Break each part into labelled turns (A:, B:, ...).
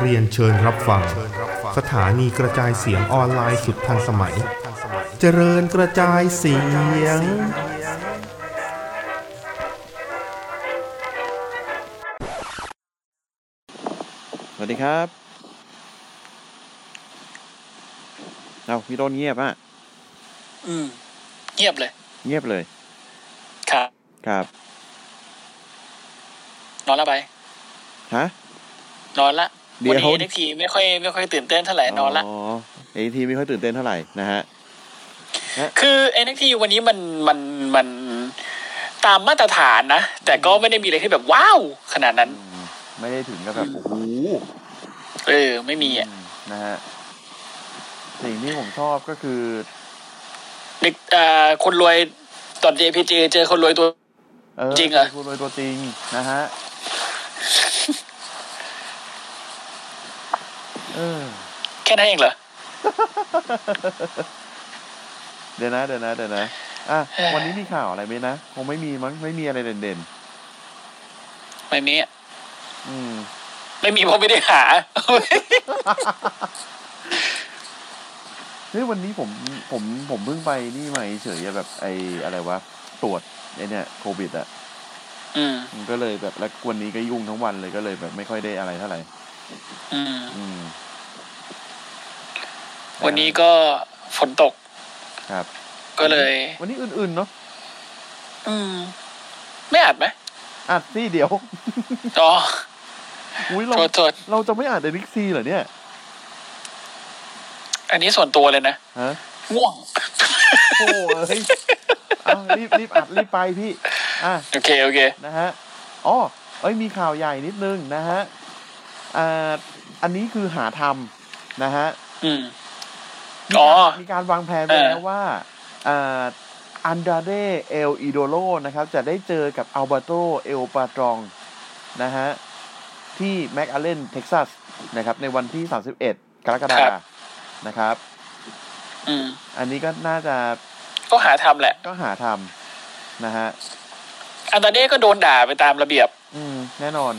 A: เรียนเชิญรับฟัง สถานีกระจายเสียงออนไลน์สุดทันสมัย เจริญกระจายเสียง
B: สวัสดีครับ เอาพี่ต้นเงียบอะ
C: อืมเงียบเลย
B: เงียบเลย
C: ครับ
B: ครับ
C: นอนละไป
B: ฮะ
C: นอนละ
B: เดี๋ยว
C: วันนี้ทีไม่ค่อยไม่ค่อยตื่นเต้นเท่าไหร่นอนละ
B: อ๋อไอทีไม่ค่อยตื่นเต้นเท่าไหร่นะฮะ
C: คือเอ็นทีวันนี้มันมันมันตามมาตรฐานนะ แต่ก็ไม่ได้มีอะไรที่แบบว้าว ขนาดนั้น
B: ไม่ได้ถึงกับแบบโอ้โห
C: เออ ไม่มีอ่ะ
B: นะฮะ สิ่งที่ผมชอบก็คือ
C: เด็กเอ่อคนรวยตอน JPG เจอคนรวยตัว
B: เออ
C: จริงเหรอ
B: คุณรวยตัวจริงนะฮะ เออ
C: แค่นั้นเองเหรอ
B: เดี๋ยวนะ เดี๋ยวนะเดี๋ยวนะ อ่ะ
C: เอ่อ
B: วันนี้มีข่าวอะไรไหมนะ คงไม่มีมั้ง ไม่มีอะไรเด่น
C: ไม่มีอะ
B: ๆ อืม
C: ไม่มีเพราะไม่ได้หา
B: เฮ้ยวันนี้ผมผมผมเพิ่งไปนี่มาเฉยๆแบบไอ้อะไรวะตรวจไอ้เนี่ยโควิดอ่ะ
C: อืม
B: มันก็เลยแบบแล้ววันนี้ก็ยุ่งทั้งวันเลยก็เลยแบบไม่ค่อยได้อะไรเท่าไหร่
C: อืม
B: อืม
C: วันนี้ก็ฝนตก
B: ครับ
C: ก็เลย
B: วันนี้อื่นๆเนาะ
C: อืม ไม่อัดไหม
B: อัดซี่เดี๋ยว
C: อ๋อ
B: อุ้ยเรา
C: โทษโทษ
B: เราจะไม่อัดเดลิกซีเหรอเนี่ย
C: อันนี้ส่วนตัวเลยนะ
B: ฮะ
C: ง่วง
B: โอ้เฮ้ยอ่ะรีบรีบอัดรีบไปพี่อ่ะ
C: โอเค โอเค
B: นะฮะ อ๋อ เอ้ย มีข่าวใหญ่นิดนึงนะฮะ อ่า อันนี้คือหาทำนะฮะ
C: อืม
B: มี
C: อ๋อ
B: การมีการวางแผนไป
C: เออ
B: แล้วว่าเอ่ออันดาเดเอลอีโดโลนะครับ จะได้เจอกับอัลบาโตเอลปาตรองนะฮะ ที่แม c อาเลนเท็กซัสนะครับ ในวันที่ 31 กรกฎาคมนะครับ
C: อืม
B: อันนี้ก็น่าจะ
C: ก็หาทำแหละ
B: ก็หาทำนะฮะ
C: อันตาเด้ก็โดนด่าไปตามระเบียบ
B: อืม แน่นอน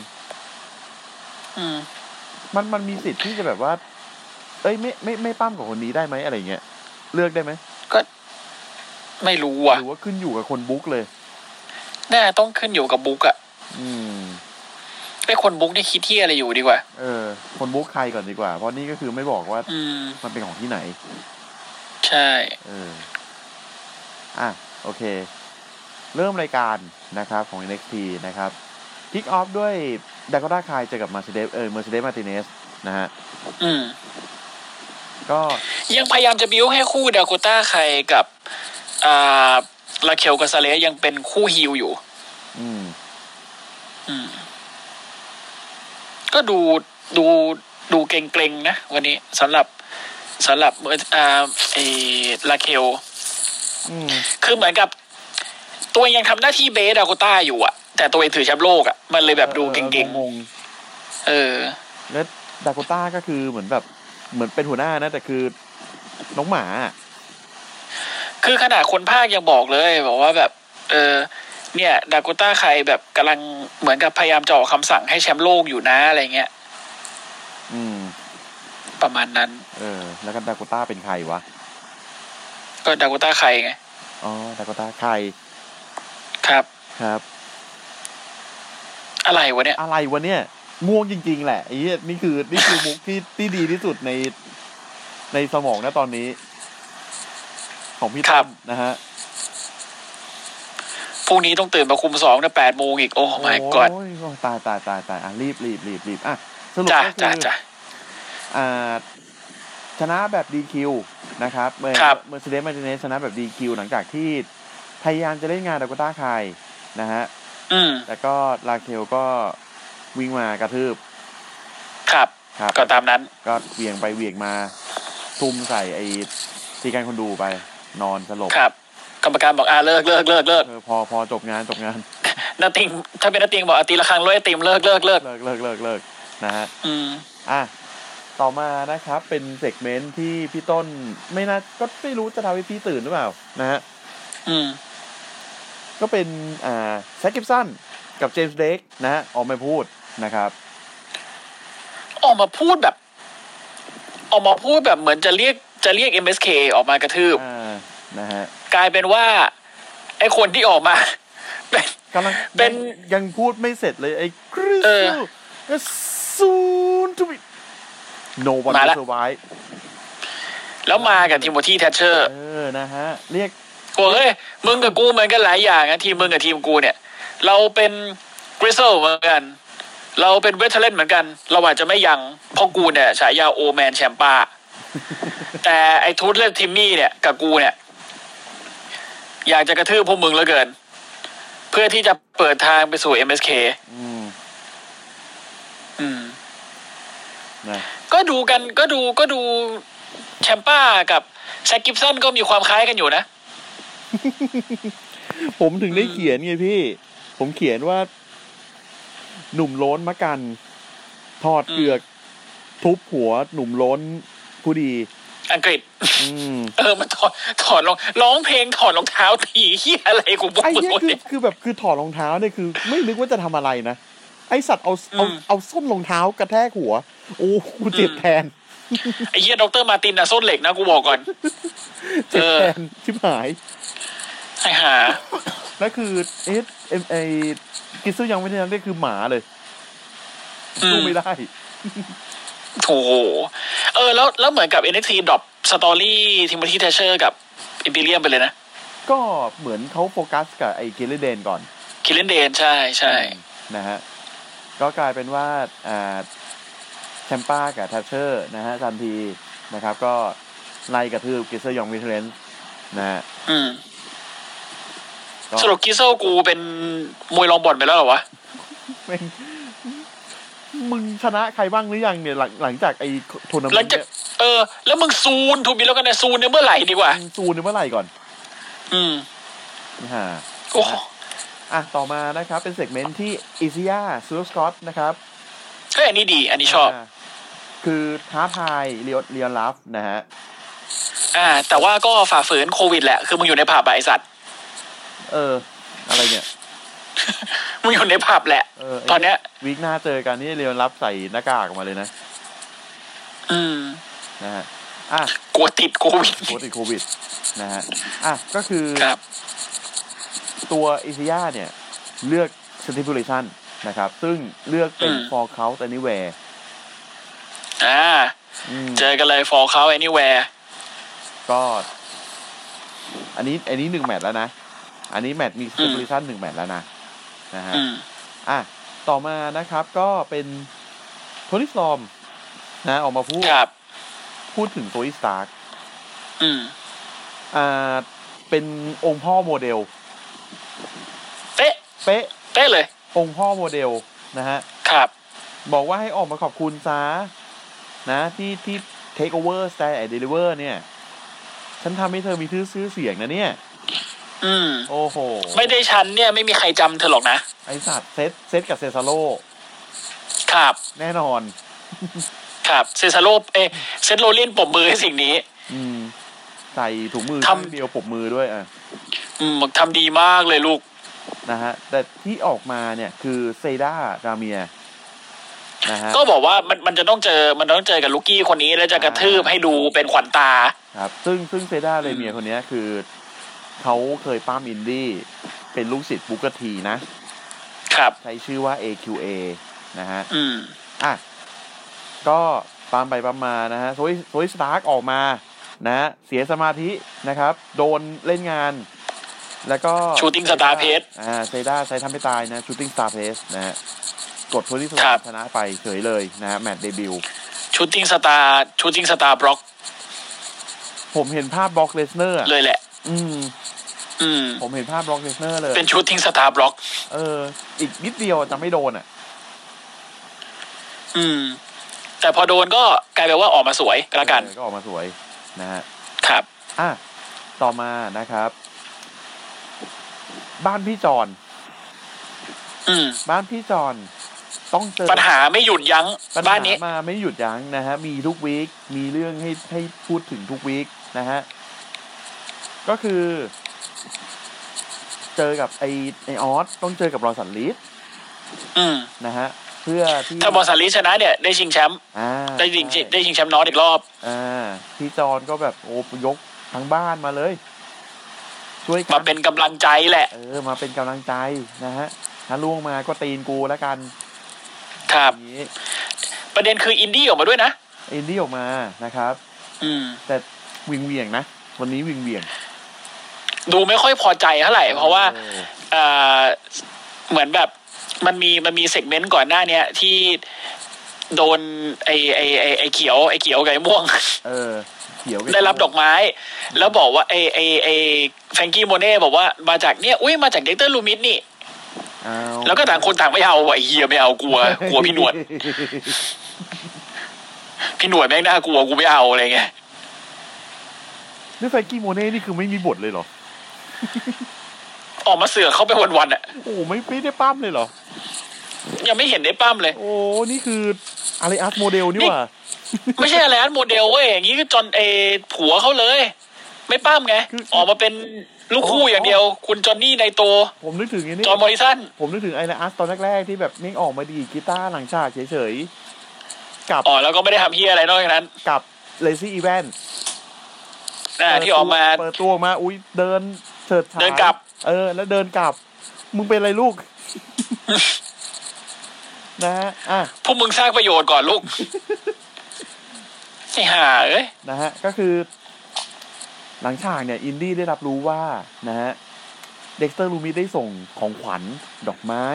C: อืม
B: มันมันมีสิทธิ์ที่จะแบบว่า เอ้ยไม่ไม่ไม่ปั้มกับคนนี้ได้ไหมอะไรเงี้ย เลือกได้ไหม
C: ไม่รู้อ่ะ
B: หรือว่าขึ้นอยู่กับคนบุ๊กเลย
C: น่าต้องขึ้นอยู่กับบุ๊กอ่ะ
B: อืม
C: ไอ้คนบุ๊กนี่คิดที่อะไรอยู่ดีกว่า
B: เออ คนบุ๊กใครก่อนดีกว่า เพราะนี่ก็คือไม่บอกว่า
C: อืม
B: มันเป็นของที่ไหน
C: ใช่
B: เออ อ่ะ โอเค เริ่มรายการนะครับของ NXT นะครับพิกออฟด้วยดาก o t าคายเจอกับมาเซเดสเออเมอร์เซเดสมาติเนสนะฮะ
C: อืม
B: ก็
C: ยังพยายามจะบิ้วให้คู่ดาโคต้าใครกับ อ่าลาเคลกับซาเลสยังเป็นคู่ฮิลอยู่
B: อืม
C: อืม ก็ดูดูดูเกรงๆนะ วันนี้สำหรับสำหรับอ่าไอ้ลาเคล
B: อืม
C: คือเหมือนกับ ตัวเองยังทำหน้าที่เบสดาโกต้าอยู่อะแต่ตัวเองถือแชมป์โลกอะมันเลยแบบดูเก่ง
B: ๆงงๆ
C: ๆเออ
B: แล้วดาโกต้าก็คือเหมือนแบบเหมือนเป็นหัวหน้านะ แต่คือน้องหมาอะ
C: คือขนาดคนภาคยังบอกเลยบอกว่าแบบ เออ เนี่ยดาโกต้าใครแบบกำลังเหมือนกับพยายามจะออกคำสั่งให้แชมป์โลกอยู่นะอะไรเงี้ย
B: อืม
C: ประมาณนั้น
B: เออ แล้วกันดาโกต้าเป็นใครวะ
C: ก็ดาโกต้าใครไง
B: อ๋อ ดาโกต้าใคร
C: ครับ
B: ครับ
C: อะไรวะเนี่ย
B: อะไรวะเนี่ยง่วงจริง ๆ แหละไอ้เหี้ยนี่คือนี่คือมุกที่ที่ดีที่สุดในในสมองนะตอนนี้ ของพี่
C: ครั
B: ตั้
C: บ
B: มนะฮะ
C: พรุ่งนี้ต้องตื่นมาคุมสองนะแปดโมงอีก โอ้ my god
B: โอ้ยโอ้ยตายตายตายตายอ่ะรีบรีบรีบรีบอ่ะสรุป
C: จ้า
B: ก็คื
C: จ้า
B: อ
C: จ้า
B: อ่าชนะแบบ DQ นะครับเมอ
C: ครับ
B: เมอร์เซเดสมาติเนสชนะแบบ DQ หลังจากที่พยายามจะเล่นงานดาโกต้าคายนะฮะ
C: อืม
B: แล้วก็ลาเคลก็วิ่งมากระทืบ
C: ครับ
B: ครับ
C: ก็ตามนั้น
B: ก็เหวียงไปเหวียงมาทุ่มใส่ไอ้ทีการคนดูไป นอนสลบ
C: ครับ กรรมการบอกอ่าเลิกเลิกเลิกเลิก
B: เออพอพอจบงานจบงาน
C: นาติงถ้าเป็นนาติงบอกอาตีละครั้งร้อยติมเลิกเลิกเลิก
B: เลิกเลิกเลิกเลิกนะฮะ
C: อืม
B: อ่ะ ต่อมานะครับเป็นเซกเมนต์ที่พี่ต้นไม่น่าก็ไม่รู้จะทำให้พี่ตื่นหรือเปล่านะฮะ
C: อืม
B: ก็เป็นอ่าแซคกิฟสันกับเจมส์เด็กนะฮะออกมาพูดนะครับ
C: ออกมาพูดแบบ ออกมาพูดแบบเหมือนจะเรียกจะเรียก MSK ออกมากระทืบ
B: อ่านะฮะ
C: กลายเป็นว่า ไอคนที่ออกมา เป็น
B: กำลัง
C: เป็น
B: ยังยังพูดไม่เสร็จเลยไอ้คริส
C: เออ
B: ซูนทวิ no one
C: มา
B: will
C: ละ
B: survive
C: แล้วมากับทีมโมที่แทชเชอร์
B: เออนะฮะ เรียก
C: กูเฮ้ย มึงกับกูเหมือนกันหลายอย่างนะทีมมึงกับทีมกูเนี่ย เราเป็นกริซเซลเหมือนกัน เราเป็นเวทเทเลนเหมือนกัน เราอาจจะไม่ยังเพราะกูเนี่ยฉายาโอแมนแชมป้า แต่ไอทูตและทิมมี่เนี่ยกับกูเนี่ย อยากจะกระทืบพวกมึงเหลือเกิน เพื่อที่จะเปิดทางไปสู่ MSK
B: อืม
C: อืม
B: นะ
C: ก็ดูกันก็ดูก็ดูแชมป้ากับแซคกิฟสันก็มีความคล้ายกันอยู่นะ
B: ผมถึงได้เขียนไงพี่ ผมเขียนว่า หนุ่มโล้นมะกัน ถอดเกือก ทุบหัวหนุ่มโล้นผู้ดี
C: อังกฤษ
B: อืม
C: เออมันถอดถอดรองร้องเพลงถอดรองเท้าผีเฮียอะไรกูบอก
B: ไอ้
C: มึง
B: เนี่ย
C: หมด
B: คือ
C: เนี่ย
B: คือแบบคือถอดรองเท้าเนี่ยคือ ไม่นึกว่าจะทำอะไรนะ ไอสัตว์เอาเอา
C: อืม
B: เอาส้นรองเท้ากระแทกหัว โอ้กูเจ็บแทน
C: ไอ้เฮียดรมาร์ตินอะส้นเหล็กนะกูบอกก่อน
B: เจ็บ
C: เออ
B: แทนชิบหาย
C: ไอ้ห่า
B: แล้วคือเอสเอ็มไอกิซูยังไม่ได้นั้นนี่คือหมาเลย
C: อื
B: สู้
C: ม
B: ไม่ได้
C: โอ้โหเออ แล้วแล้วเหมือนกับ NXT ดรอปสตอรี่ทิม o ธีเทเชอร์กับอิมพีเรียมไปเลยนะ
B: ก็เหมือนเขาโฟกัสกับไอเกเลเดนก่อน
C: คิลเลนเดนใช่ใช่
B: นะฮะ ก็กลายเป็นว่าอ่าแชมป้ากับทัชเชอร์นะฮะทันทีนะครับ ก็ไล่กระทืบกิซยองวิเทเลนนะฮะ
C: อืม
B: ก็
C: สรุปกิเซลกูเป็นมวยรองบอลไปแล้วเหรอวะ
B: แม่งมึงชนะใครบ้างหรือยังเนี่ยหลังหลังจากไอ้ทัวร์นาเม
C: หลั
B: น
C: ง
B: ต์
C: จาก
B: เนี่ย
C: เออ แล้วมึงซูนทูบิแล้วกันนะซูนเนี่ยเมื่อไหร่ดีกว่า
B: มึงซูนเนี่ยเมื่อไหร่ก่อน
C: อืม
B: นะฮะ
C: โอ้โห
B: อ่ะ ต่อมานะครับ เป็นเซกเมนต์ที่อิซิยาซูสกอตนะครับ
C: เฮ้ยอันนี้ดี อันนี้ชอบ
B: าคือท้าทายเรียลเรียลลัฟนะฮะ
C: อ่า แต่ว่าก็ฝ่าฝืนโควิดแหละ คือมึงอยู่ในผับอะไอสัตว์
B: เออ อะไรเนี่ย
C: มึงอยู่ในผับแหละ
B: เออไ
C: ตอนเนี้ย
B: วีคหน้าเจอกันนี่เรียลลัฟใส่หน้ากากออกมาเลยนะ
C: อืม
B: นะฮะอ่ะ
C: กลัวติดโควิด
B: โควิดโควิดนะฮะอ่ะ ก็คือ
C: ครับ
B: ตัวอิซิยาเนี่ย เลือก stipulation นะครับ ซึ่งเลือกเป็น
C: อืม
B: for count anywhere
C: อ่า
B: อืม
C: เจอกันเลยฟอ l เขาแอนิแวร์
B: ก็ อันนี้ อันนี้หนึ่งแมตช์แล้วนะ อันนี้แมตช์มีสเปเ a ชั่นหนึ่งแมตช์แล้วนะนะฮะ
C: อืม
B: อ่ะต่อมานะครับ ก็เป็นโทนี่สตอมนะ ออกมาพูด
C: ครับ
B: พูดถึงโทนี่สตาร์ก
C: อืม
B: อ่า เป็นองค์พ่อโมเดล
C: เป๊ะ
B: เป๊ะ
C: เป๊ะเลย
B: องค์พ่อโมเดลนะฮะ
C: ครับ
B: บอกว่าให้ออกมาขอบคุณซะนะ ที่ที่ take over stand and deliver เนี่ย ฉันทำให้เธอมีชื่อซื้อเสียงนะเนี่ย
C: อืม
B: โอ้โห
C: ไม่ได้ชั้นเนี่ยไม่มีใครจำเธอหรอกนะ
B: ไอสัตว์เซตเซตกับเซซาโล
C: ครับ
B: แน่นอน
C: ครับ เซซาโลเอยเซนโรลินปมมือให้สิ่งนี้
B: อืม ใส่ถุงมือ
C: ทำ
B: ข้างเดียวปรบมือด้วยอ่ะ
C: อืมบอกทำดีมากเลยลูก
B: นะฮะ แต่ที่ออกมาเนี่ยคือเซด้าราเมียนะฮะ
C: ก็บอกว่ามันมันจะต้องเจอมันต้องเจอกับลูกกี้คนนี้แล้วจะกระทืบให้ดูเป็นขวัญตา
B: ครับ ซึ่งซึ่งเซด้าราเมียคนเนี้ยคือ เขาเคยป้ามอินดี้ เป็นลูกศิษย์บุกะทีนะ
C: ครับ
B: ใช้ชื่อว่า AQA นะฮะ
C: อืม
B: อ่ะ ก็ปามไปปามมานะฮะโซยโซยสตาร์กออกมา นะฮะ เสียสมาธินะครับ โดนเล่นงาน แล้วก็
C: Shooting Star Press
B: อ่าเซด้าใช้ทำให้ตายนะชูติงสตาร์เพสนะฮะ กดโทนี่ส
C: ครั
B: ตา
C: บ
B: ชนะไปเฉยเลยนะฮะ แมตช์เดบิวต์
C: ชูติงสตาร์ชูติงสตาร์บล็อก
B: ผมเห็นภาพบล็อกเลสเนอร์
C: เลยแหละ
B: อืม
C: อืม
B: ผมเห็นภาพบล็อกเลสเนอร์เลย
C: เป็นชูติงสตาร์บล็อก
B: เออ อีกนิดเดียวจะไม่โดนอ่ะ
C: อืม แต่พอโดนก็กลายเป็นว่าออกมาสวยก็แล้วกัน
B: เออก็ออกมาสวยนะฮะ
C: ครับ
B: อ่ะ ต่อมานะครับ บ้านพี่จอน
C: อืม
B: บ้านพี่จอนต้องเจอ
C: ปัญหาไม่หยุดยั้ง
B: ปัญห
C: บ้านนี้
B: มาไม่หยุดยั้งนะฮะ มีทุกวีคมีเรื่องให้ให้พูดถึงทุกวีคนะฮะ ก็คือ เซ เจอกับไอไอออสต้องเจอกับรอสันลีด
C: อืม
B: นะฮะเพื่อที่
C: ถ้าบอลสันลีชนะเนี่ยได้ชิงแชมป์
B: อ่า
C: ได้ชิงได้ชิงแชมป์นอตอีกรอบ
B: อ่าพี่จอนก็แบบโอ้ยกทั้งบ้านมาเลย ช่วยกั
C: มาเป็นกำลังใจแหละ
B: เออมาเป็นกำลังใจนะฮะถ้าล่วงมาก็ตีนกูแล้วกัน
C: ครับ
B: อย่างนี้
C: ประเด็นคืออินดี้ออกมาด้วยนะ
B: เอ็นดี้ออกมานะครับ
C: อืม
B: แต่วิงเหวียงนะ วันนี้วิงเหวียง
C: ดูไม่ค่อยพอใจเท่าไหร่ เพราะว่า
B: ออ
C: เอ่อเหมือนแบบมันมีมันมีเซกเมนต์ก่อนหน้าเนี้ยที่โดนไอไอไอไอเขียวไอเขียวกับไอม่วง
B: เออเขียว
C: ได้รับดอกไม้ แล้วบอกว่าไอไอไอแฟรงกี้โมเน่บอกว่ามาจากเนี่ยอุ้ยมาจากเดกเตอร์ลูมิสนี่
B: เอา
C: แล้วก็ต่างคนต่างไม่เอาว่ะไอเฮียไม่เอา กลัว กลัวพี่หนวด พี่หนวดแม่งน่ากลัวกูไม่เอาอะไรเงี้ย
B: นี่แฟรงกี้โมเน่นี่คือไม่มีบทเลยเหรอ
C: ออกมาเสือกเข้าไปวันๆอ่ะ
B: โอ้ไม่ไม่ได้ปั้มเลยเหรอ
C: ยังไม่เห็นได้ปั้มเลย
B: โอ้ นี่คืออะไรอาร์ตโมเดลนี่หว่า
C: ไม่ใช่อะไรนั้นโมเดลเว้ยอย่างนี้ก็จอนเอผัวเขาเลย ไม่ป้ามไง
B: คือ
C: ออกมาเป็นลูกคู่อย่างเดียว คุณจอนนี่ในโต
B: ผมนึกถึงไอ้นี่
C: จอนมอริสัน
B: ผมนึกถึงไอ้อาร์ตตอนแรกๆ ที่แบบไม่งออกมาดีดกีตาร์หลังฉากเฉยๆ กับ
C: อ๋อแล้วก็ไม่ได้ทำเฮียอะไรนอกจากนั้น
B: กับเลซี่อีแวน
C: อ่าที่ออกมา
B: เปิดตัวออกมาอุ้ยเดินเฉิดฉาย
C: เดินกลับ
B: เออ แล้วเดินกลับ มึงเป็นอะไรลูก นะฮะอ่ะ
C: พวกมึงสร้างประโยชน์ก่อนลูกไอ้ห่าเอ้ย
B: นะฮะก็คือ หลังฉากเนี่ย อินดี้ได้รับรู้ว่านะฮะเด็กเตอร์ลูมิได้ส่งของขวัญดอกไม้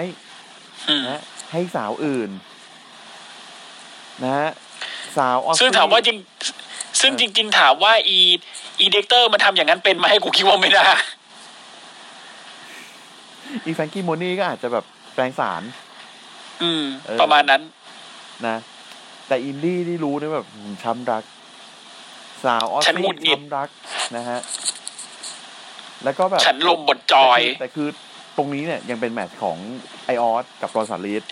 C: อืม
B: นะฮะให้สาวอื่น นะฮะสาวออสซี่
C: ซึ่งถามว่าจริง ซึ่งจริง ๆ ถามว่าอีอีเด็กเตอร์มันทำอย่างนั้นเป็นไหมกูคิดว่าไม่ได้
B: อีแฟรงกี้โมนี่ก็อาจจะแบบแปลงสาร
C: อืม
B: เออ
C: ประมาณนั้น
B: นะ แต่อินดี้ที่รู้เนี่ยแบบอืมช้ำรัก สาวออส
C: ฉันห
B: ซี่
C: งุดหงิด
B: ช้ำรักนะฮะแล้วก็แบบ
C: ฉันลมบทจอย
B: แต่คือตรงนี้เนี่ยยังเป็นแมตช์ของไอออสกับรอนสันลีด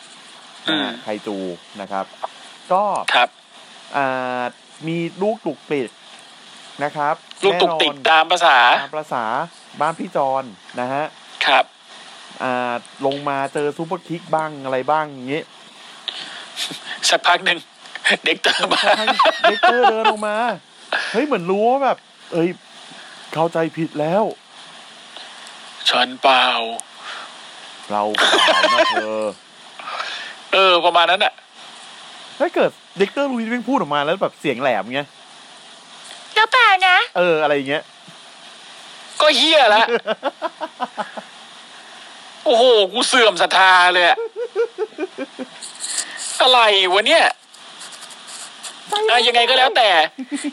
C: อืม
B: ไคจูนะครับ ก็
C: ครับ
B: อ่ามีลูกตุกติดนะครับ
C: ลูกตุกติก
B: แน่นอน
C: ตามภาษา
B: ตามประษาบ้านพี่จอนนะฮะ
C: ครับ
B: อ่าลงมาเจอซูเปอร์คิกบ้างอะไรบ้างอย่างเงี้ย
C: สักพักหนึ่ง เด็กเติมมา
B: ให้เด็กเตอร์เดินลงมา เฮ้ย เหมือนรู้ว่าแบบ เอ้ย เข้าใจผิดแล้ว
C: ฉันเปล่า
B: เราเปล่านะเธอ
C: เออ ประมาณนั้นอ่ะ
B: ถ้าเกิดเด็กเตอร์ลุยวิ่งพูดออกมาแล้วแบบเสียงแหลมเงี้ย
C: แล้วเปล่านะ
B: เอออะไรอย่างเงี้ย
C: ก็เฮี้ย ละ โอ้โห กูเสื่อมศรัทธาเลยอะอะไรวะเนี่ยอะยังไงก็แล้วแต่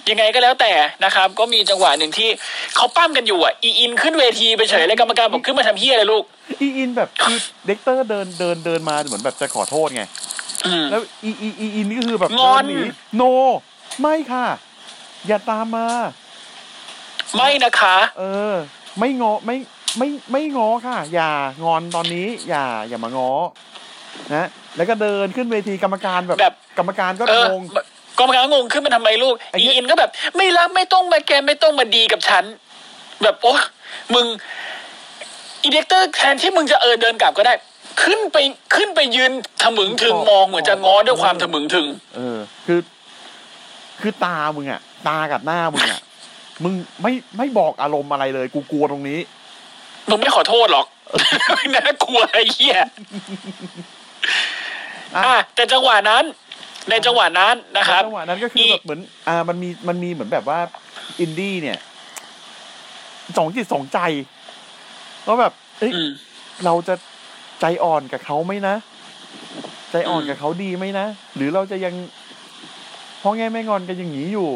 C: ยังไงก็แล้วแต่นะครับ ก็มีจังหวะหนึ่งที่เขาปั้มกันอยู่อ่ะ อีอินขึ้นเวทีไปเฉยเลยกรรมการบอกขึ้นมาทำเฮี้ยอะไรลูก
B: อีอินแบบคือเด็กเตอร์เดินเดินเดินมาเหมือนแบบจะขอโทษไง
C: อืม
B: แล้วอีอีอีอีนี่ก็คือแบบ
C: งอน
B: เดิหโน ไม่ค่ะ อย่าตามมา
C: ไม่นะคะ
B: เออ ไม่งอไม่ไม่ไม่งอค่ะ อย่างอนตอนนี้ อย่าอย่ามางอนะแล้วก็เดินขึ้นเวทีกรรมการแบบ
C: แบบ
B: กรรมการก็
C: เออง
B: ง
C: กรรมการก็งงขึ้นมาทำไมลูก
B: ไอ้
C: อี
B: เหี้ย
C: อินก็แบบ ไม่รักไม่ต้องมาแกไม่ต้องมาดีกับฉัน แบบโอ้มึงอีเด็กเตอร์แทนที่มึงจะเออเดินกลับก็ได้ ขึ้นไปขึ้นไปยืนถมึงถึงมองเหมือนจะง้อด้วยความถมึงถึง
B: เออ คือ คือตามึงอะตากับหน้ามึงอะมึงไม่ไม่บอกอารมณ์อะไรเลย กูกลัวตรงนี้
C: มึงไม่ขอโทษหรอก น่ากลัวไอ้เหี้ยอ่ะแต่จังหวะนั้น ในจังหวะนั้นนะครับ
B: จังหวะนั้นก็คือแบบเหมือน อ่า มันมี มันมีเหมือนแบบว่าอินดี้เนี่ยสองจิตสองใจว่าแบบ เอ้ย
C: อืม
B: เราจะใจอ่อนกับเขาไหมนะ ใจอ่อน
C: อืม
B: กับเขาดีไหมนะ หรือเราจะยังพ่อแง่แม่งอนกันอย่างนี้อยู่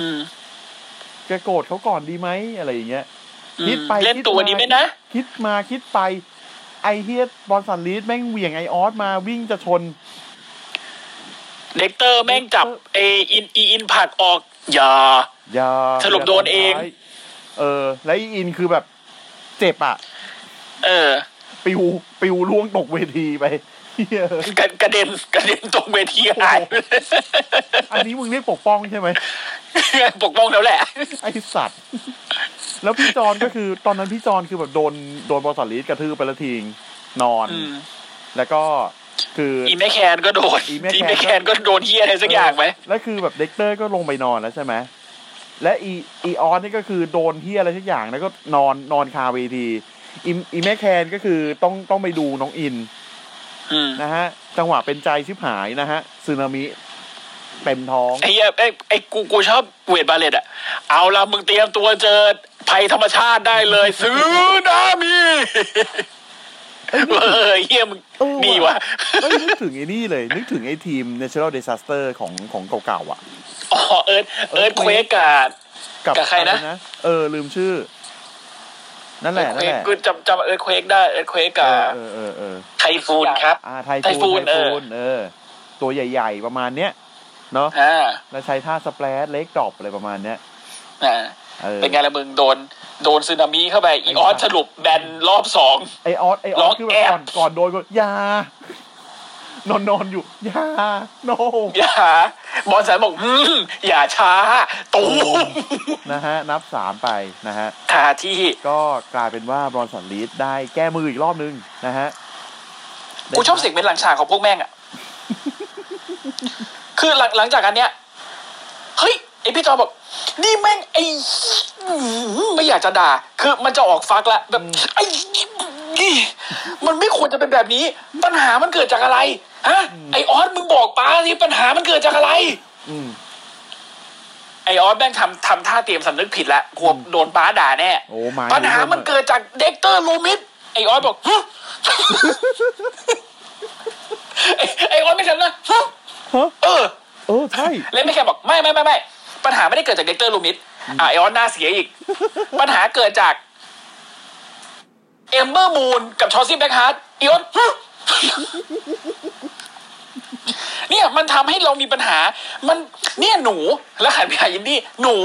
C: อืม
B: จะโกรธเขาก่อนดีไหมอะไรอย่างเงี้ย
C: อื
B: คิ
C: ม
B: ดไป
C: เล่น
B: คิด
C: ตัว
B: มา
C: ดีไหมนะ
B: คิดมาคิดไป ไอเฮียบอลสันลีดแม่งเหวี่ยงไอออสมาวิ่งจะชน
C: เด็กเตอร์แม่งจับไออินอีอินผลักออกอย่า
B: อย่า
C: สรุปโดนเอง
B: เออ แล้วอีอินคือแบบเจ็บอ่ะ
C: เออ
B: ปิวปิวล่วงตกเวทีไป เหี้ย
C: กระกระเด็นกระเด็นตรงเวทีหายไปเลย
B: อันนี้มึงเรียกปกป้องใช่ไหม
C: ปกป้องแล้วแหละ
B: ไอสัตว์ แล้วพี่จอนก็คือตอนนั้นพี่จอนคือแบบโดนโดนบอลสันลีดกระทืบไปและทิ้งนอน
C: อืม
B: แล้วก็คือ
C: อีแม่แคนก็โดน
B: อีแม่แคน
C: อีแม่แคนก็โดนเฮียอะไรสักอย่างไหม
B: แล้วคือแบบเด็กเตอร์ก็ลงไปนอนแล้วใช่ไหมและอีอีออนนี่ก็คือโดนเฮียอะไรทุกอย่างแล้วก็นอนนอนคาเวทีอีอีแม่แคนก็คือต้องต้องไปดูน้องอิน
C: อืม
B: นะฮะ จังหวะเป็นใจชิบหายนะฮะสึนามิเต็มท้อง
C: ไอ้เฮียไอ้ไอ้กูกูชอบเวทบาเลตอะเอาละมึงเตรียมตัวเจอภัยธรรมชาติได้เลย ซื้อนามีเออเฮียมึง
B: เออว่ะ
C: ดีว่ะ
B: เอ้ยนึกถึงไอ้นี่เลย นึกถึงไอ้ทีม Natural Disaster ของของเก่าๆอ่ะ
C: อ๋อเอิร์ธเอิร์ธเควกอะ
B: กับ
C: กับใครนะ
B: อเออ ลืมชื่อ นั่นแหละนั่นแหละ
C: กูจำจำเอิร์ธเควกได้เอิร์ธเควกกับ
B: เออเออเออเออ
C: ไทฟูนครับ
B: อ่าไท
C: ไทฟู
B: ฟูน
C: น
B: ไท
C: เออ
B: ฟูนเออ ตัวใหญ่ ๆ ประมาณเนี้ยเนาะ
C: อ่า
B: แล้วใช้ท่าสเปรดเล็กดรอปอะไรประมาณเนี้ย
C: อ่า
B: เออ
C: เป็นไงละมึงโดนโดนซึนามิเข้าไปอีออส
B: ไอ้สัตว์
C: สรุปแบนรอบสอง
B: ไอออสไออ
C: ร้
B: อ
C: อ
B: ส
C: ง
B: คือแบบ
C: แอ
B: ก่
C: บ
B: อนก่อนโดนก็อยานอนนอนอยู่อยาโน
C: อย่าบอลสันบอกอืมอย่าช้า ตูม
B: นะฮะ นับสามไปนะฮะ
C: คาที่
B: ก็กลายเป็นว่าบรอนสันลีดได้แก้มืออีกรอบนึงนะฮะ
C: กูชอบเสียงเป็นหลังฉากของพวกแม่งอ่ะ คือหลังหลังจากอันเนี้ยเฮ้ยไอพี่จอบอก นี่แม่งไออื้อหือไม่อยากจะด่า คือมันจะออกฟักละแบบไอนี่มันไม่ควรจะเป็นแบบนี้ ปัญหามันเกิดจากอะไรฮะไอออสมึงบอกป้าสิปัญหามันเกิดจากอะไร
B: อืม
C: ไอออสแม่งทำทำท่าเตรียมสำนึกผิดแล้วกลัวโดนป้าด่าแน่
B: โอ้มา
C: ปัญหามันเกิดจากเด็กเตอร์ลูมิดไอออสบอกฮะ ไอ้ไอออสไม่ทำนะฮะ
B: ฮะ
C: เออ
B: เออใช่
C: เล่นไม่แค่บอกไม่ไม่ไม่ไม่ปัญหาไม่ได้เกิดจากเด็กเตอร์ลูมิดอ่ะไอออสหน้าเสียอีก ปัญหาเกิดจากเอมเบอร์มูนกับชอซี่แบ็คฮาร์ดไอออสฮะ เนี่ยมันทำให้เรามีปัญหา มันเนี่ยหนูแล้วหันไปหายินดี้หนู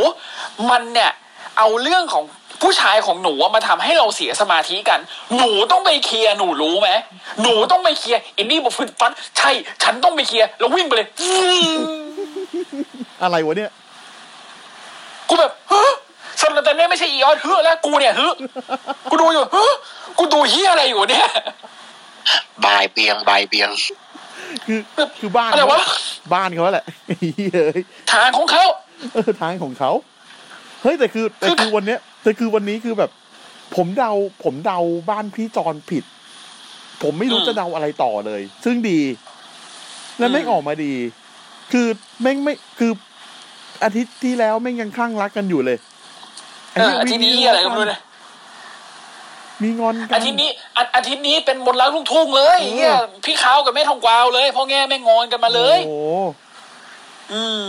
C: มันเนี่ยเอาเรื่องของผู้ชายของหนูอะมาทำให้เราเสียสมาธิกัน หนูต้องไปเคลียร์หนูรู้ไหมหนูต้องไปเคลียร์อินดี้บอกฟึดฟันใช่ ฉันต้องไปเคลียร์แล้ววิ่งไปเลย
B: อะไรวะเนี่ย
C: กูแบบเฮ้อสนแต่เนี่ยไม่ใช่อีออนเฮ้อแล้วกูเนี่ยเฮ้อกูดูอยู่เฮ้อกูดูเฮียอะไรอยู่เนี่ย
D: บายเบียงบายเบียง
B: คือคือบ้าน
C: อะไรวะ
B: บ้านเขาแหละ เฮ้ย
C: ทางของเขา
B: เออทางของเขาเฮ้ยแต่คือแต่คือวันเนี้ยแต่คือวันนี้คือแบบ ผมเดาผมเดาบ้านพี่จอนผิด ผมไม่รู้จะเดาอะไรต่อเลย ซึ่งดี และแม่งออกมาดี คือแม่งไม่คืออาทิตย์ที่แล้วแม่งยังคลั่งรักกันอยู่เลย
C: เอออาทิตย์นี้เฮียอะไรก็ไม่รู้นะ
B: มีงอนกั
C: อาทิตย์นี้อาอาทิตย์นี้เป็นมนต์รักลูกทุ่งเลย
B: อืม
C: เฮียพี่เขาวกับแม่ทองกวาวเลยพ่อแง่แม่งอนกันมาเลย
B: โอ้
C: อืม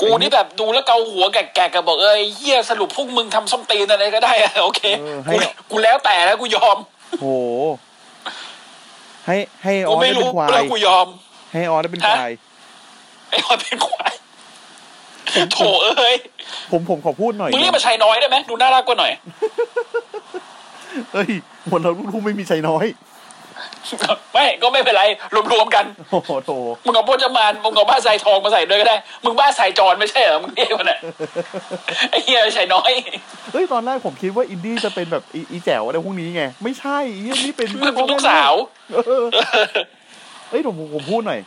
C: กูนี่แบบดูแล้วเกาหัวแกะแกะกับบอกเอ้ยเฮียสรุปพวกมึงทำส้มตีนอะไรก็ได้อะ โอเค
B: เออให้
C: กูกูแล้วแต่แล้วกูยอม
B: โห ให้ให้อ
C: กู
B: อส
C: ไม่
B: ได้เป็
C: รู้
B: นควา
C: แล้ว
B: ย
C: กูยอม
B: ให้ออสได้เป็นควาย
C: ไอ้คนเป็นควายโถเอ้ย
B: ผมผมขอพูดหน่อย
C: มึงเรียกมาชัยน้อยได้ไหมดูน่ารักกว่าหน่อย
B: เอ้ยหมดแล้วลูกทุ่งไม่มีชัยน้อย
C: ไม่ก็ไม่เป็นไร รวมๆกัน
B: โอ้โหโถ
C: มึงเอาโบจมานมึงเอาบ้าใส่ทองมาใส่ด้วยก็ได้ มึงบ้าใส่จอนไม่ใช่เหรอมึงเรียกมันอะไอ้เฮียชัยน้อย
B: เอ้ยตอนแรกผมคิดว่าอินดี้จะเป็นแบบอีอีแจ๋วอะไรพวกนี้ไง ไม่ใช่อีนี่เป็น
C: มึงเป็นลูกสาว
B: เออเอ้ยเดี๋ยวผมผมพูดหน่อย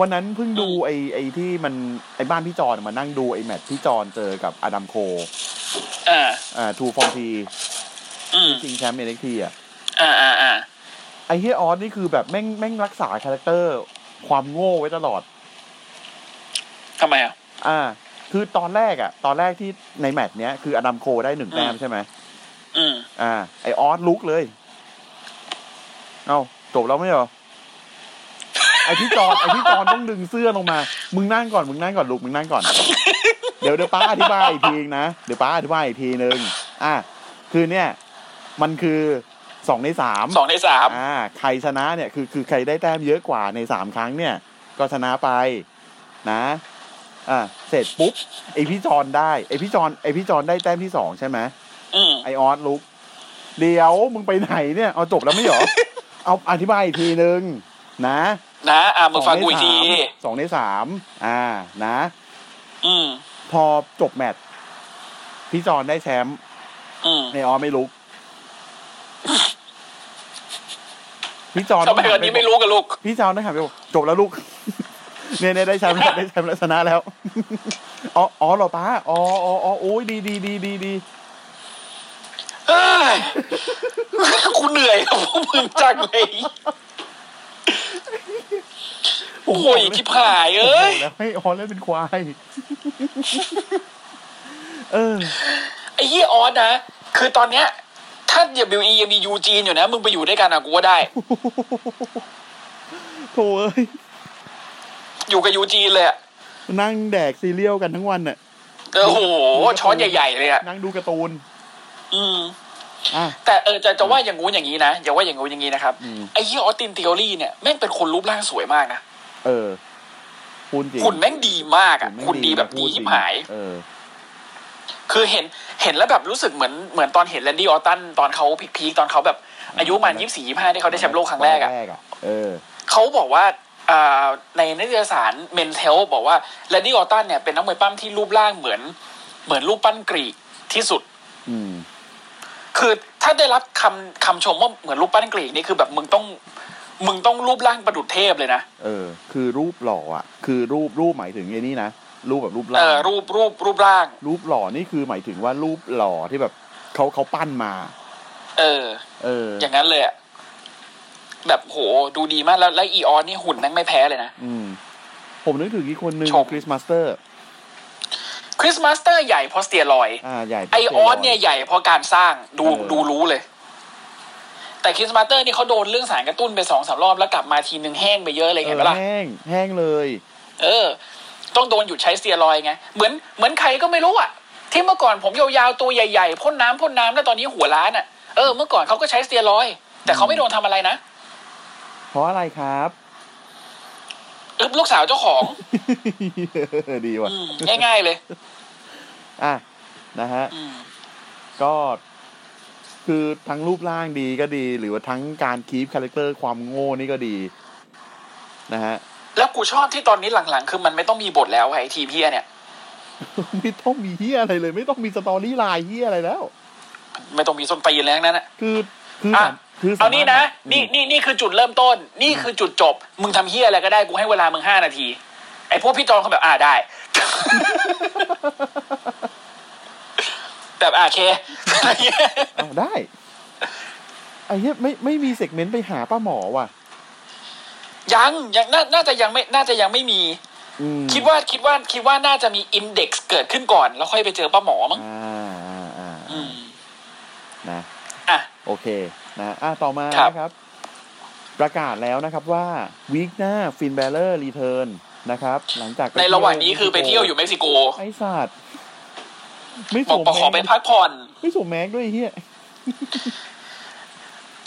B: วันนั้นเพิ่งดูไอไอที่มันไอบ้านพี่จอนมานั่งดูไอแมตช์พี่จอนเจอกับอดัมโค
C: อ่า
B: อ่าทูฟอร์มที
C: อืม
B: ชิงแชมป์เอ็นเอ็กทีอ่ะ
C: อ่าอ่าอ่า
B: ไอเฮียออสนี่คือแบบแม่งแม่งรักษาคาแรคเตอร์ ความโง่ไว้ตลอด
C: ทำไมอ่ะ
B: อ่า คือตอนแรกอะตอนแรกที่ในแมตช์เนี้ยคืออดัมโคได้หนึ่งแต้มใช่ไหม
C: อืม
B: อ่า ไอออสลุกเลย เอาจบแล้วไม่เหรอ ไอพี่จอนไอพี่จอนต้องดึงเสื้อลงมา มึงนั่งก่อนมึงนั่งก่อนลุกมึงนั่งก่อน เดี๋ยวเดี๋ยวป้าอธิบายอีกทีนะ เดี๋ยวป้าอธิบายอีกทีนึงอ่าคือเนี่ย มันคือสองในสาม
C: สองในสาม
B: อ่าใครชนะเนี่ยคือคือใครได้แต้มเยอะกว่าในสามครั้งเนี่ย ก็ชนะไปนะอ่าเสร็จปุ๊บไอพี่จอนได้ไอพี่จอนไอพี่จอนได้แต้มที่สองใช่ไหม
C: อืม
B: ไอออสลุกเดี๋ยวมึงไปไหนเนี่ยเอาจบแล้วไม่เหร อ เอาอธิบายอีกทีนึงนะ
C: นะ อ่ามึงฟังกูอีกที
B: สองในสามสองในสามอ่านะ
C: อืม
B: พอจบแมตช์ พี่จอนได้แชมป์
C: อืม
B: ในออไม่ ลุก พี่จอน
C: ทำไมวันนี้ไม่รู้กันลูก
B: พี่จอนนะครับบอกจบแล้วลูก เนี่ยเนี่ยได้แชมป์แล้วได้แชมป์แล้วชนะแล้ว อ๋ออ๋อเหรอป้าอ๋ออ๋ออ๋อโอ้ยดีดีดีดีดี
C: เอ้ยกูเหนื่อยกับพวกมึงจังเลยโอ้ยชิบหายเอ้ย
B: แล้วให้ออนเล่นเป็นควาย เออ
C: ไอ้ยี่ออสนะ คือตอนเนี้ย ถ้า WE ยังมียูจีนอยู่นะ มึงไปอยู่ด้วยกันอะกูว่าได้
B: โถเอ้ย
C: อยู่กับยูจีนเลยอะ
B: นั่งแดกซีเรียลกันทั้งวันน่ะ
C: เออโอ้โห ช้อนใหญ่ ๆ เลยอะ
B: นั่งดูการ์ตูน
C: อืม
B: อ่ะ
C: แต่เออจะจะว่าอย่างงู้นอย่างนี้นะ อย่าว่าอย่างงู้นอย่างนี้นะครับ
B: อืม
C: ไอ้ยี่ออสตินเทโอรี่เนี่ย แม่งเป็นคนรูปร่างสวยมากนะ
B: เออคูณจริง
C: คุณแม่งดีมากอะ
B: แม่ง
C: คุณดีแบบ
B: พู
C: ดี
B: จริ
C: ชิ
B: ง
C: บหาย
B: เออ
C: คือเห็นเห็นแล้วแบบรู้สึกเหมือนเหมือนตอนเห็นแลนดี้ออตตันตอนเขาพีคๆตอนเขาแบบอายุประมันยี่สี่ยี่ห้าที่เขาได้แชมป์โลกครั้งแรกอ่ะ
B: เออ
C: เขาบอกว่าอ่าในนิตยสารเมนเทลบอกว่าแลนดี้ออตตันเนี่ยเป็นนักมวยปั้มที่รูปร่างเหมือน เหมือนรูปปั้นกรีกที่สุด
B: อืม
C: คือถ้าได้รับคำคำชมว่าเหมือนรูปปั้นกรีกนี่คือแบบมึงต้องมึงต้องรูปร่างประดุจเทพเลยนะ
B: เออ คือรูปหล่ออ่ะ คือรูปรูปหมายถึงไอ้นี่นะ รูปแบบรูป
C: เอ
B: ร่าง
C: อรูปรูปรูปร่าง
B: รูปหล่อนี่คือหมายถึงว่ารูปหล่อที่แบบเขาเขาปั้นมา
C: เออ
B: เออ
C: อย่างนั้นเลยอะแบบโหดูดีมากแล้วแล้วอีออนนี่หุ่นแม่งไม่แพ้เลยนะ
B: อืม ผมนึกถึงอีกคนนึง
C: ชม
B: คริสมาสเตอร์
C: คริสมาสเตอร์ใหญ่เพราะสเตียรอยด์
B: อ่า ใหญ่
C: ไอออสเนี่ยใหญ่เพราะการสร้างดู
B: เออ
C: ดูรู้เลย แต่คริสมาสเตอร์นี่เขาโดนเรื่องสารกระตุ้นไปสองสามรอบแล้วกลับมาทีนึงแห้งไปเยอะเลย
B: เอ
C: เห็น
B: อ
C: ปะล่ะ
B: แห้ง แห้งเลย
C: เออ ต้องโดนหยุดใช้สเตียรอยด์ไงเหมือนเหมือนใครก็ไม่รู้อ่ะ ที่เมื่อก่อนผมยาวๆตัวใหญ่ๆพ่นน้ำพ่นน้ำแล้วตอนนี้หัวล้านอ่ะเออเมื่อก่อนเขาก็ใช้สเตียรอยด์แต่เขาไม่โดนทำอะไรนะ
B: เพราะอะไรครับ
C: อึ๊บลูกสาวเจ้าของ
B: ดีว่ะ
C: อืมง่าย ๆเลย
B: อ่ะ นะฮะ
C: อืม
B: ก็ คือทั้งรูปร่างดีก็ดี หรือว่าทั้งการคีฟคาแรคเตอร์ความโง่นี่ก็ดี นะฮะ
C: แล้วกูชอบที่ตอนนี้หลังๆ คือมันไม่ต้องมีบทแล้วไอ้ทีมเฮียเนี่ย
B: ไม่ต้องมีเฮียอะไรเลย ไม่ต้องมีสตอรี่ไลน์เฮียอะไรแล้ว
C: ไม่ต้องมีส้นตีนแล้วนั้นน่ะ
B: คือ คือ
C: อ่ะ
B: สามคือสมรถ
C: เอานี่นะ
B: อืม
C: นี่นี่นี่คือจุดเริ่มต้น นี่คือจุดจบ มึงทำเฮียอะไรก็ได้ กูให้เวลามึงห้านาที ไอ้พวกพี่จอนเขาแบบอ่าได้ แบบอ่าเค อะไรเงี้ย
B: อ้าวได้ไอ้เนี้ยไม่ ไม่มีเซกเมนต์ไปหาป้าหมอว่ะ
C: ยังยังน่าน่าจะยังไม่น่าจะยังไม่มี
B: อืม
C: คิดว่าคิดว่าคิดว่าน่าจะมีอินเด็กซ์เกิดขึ้นก่อน แล้วค่อยไปเจอป้าหมอมั้ง
B: อ่าอ่าอ่า
C: อื
B: อ่ามนะ
C: อ่ะ
B: โอเคนะอ่ะต่อมา
C: ครับ
B: นะครับ ประกาศแล้วนะครับว่าวีคหน้าฟินแบลเลอร์รีเทิร์นนะครับ หลังจากไป
C: ใน
B: เที่ย
C: ระหว่างนี้คือไปเที่ยวอยู่เม็กซิโก
B: ไอ้สัตว์ไม่ส
C: บอ
B: ว
C: ก
B: ม
C: บอกขอไป
B: แม็ก
C: พักผ่อน
B: ไม่สวมแม็กด้วยไอ้เฮีย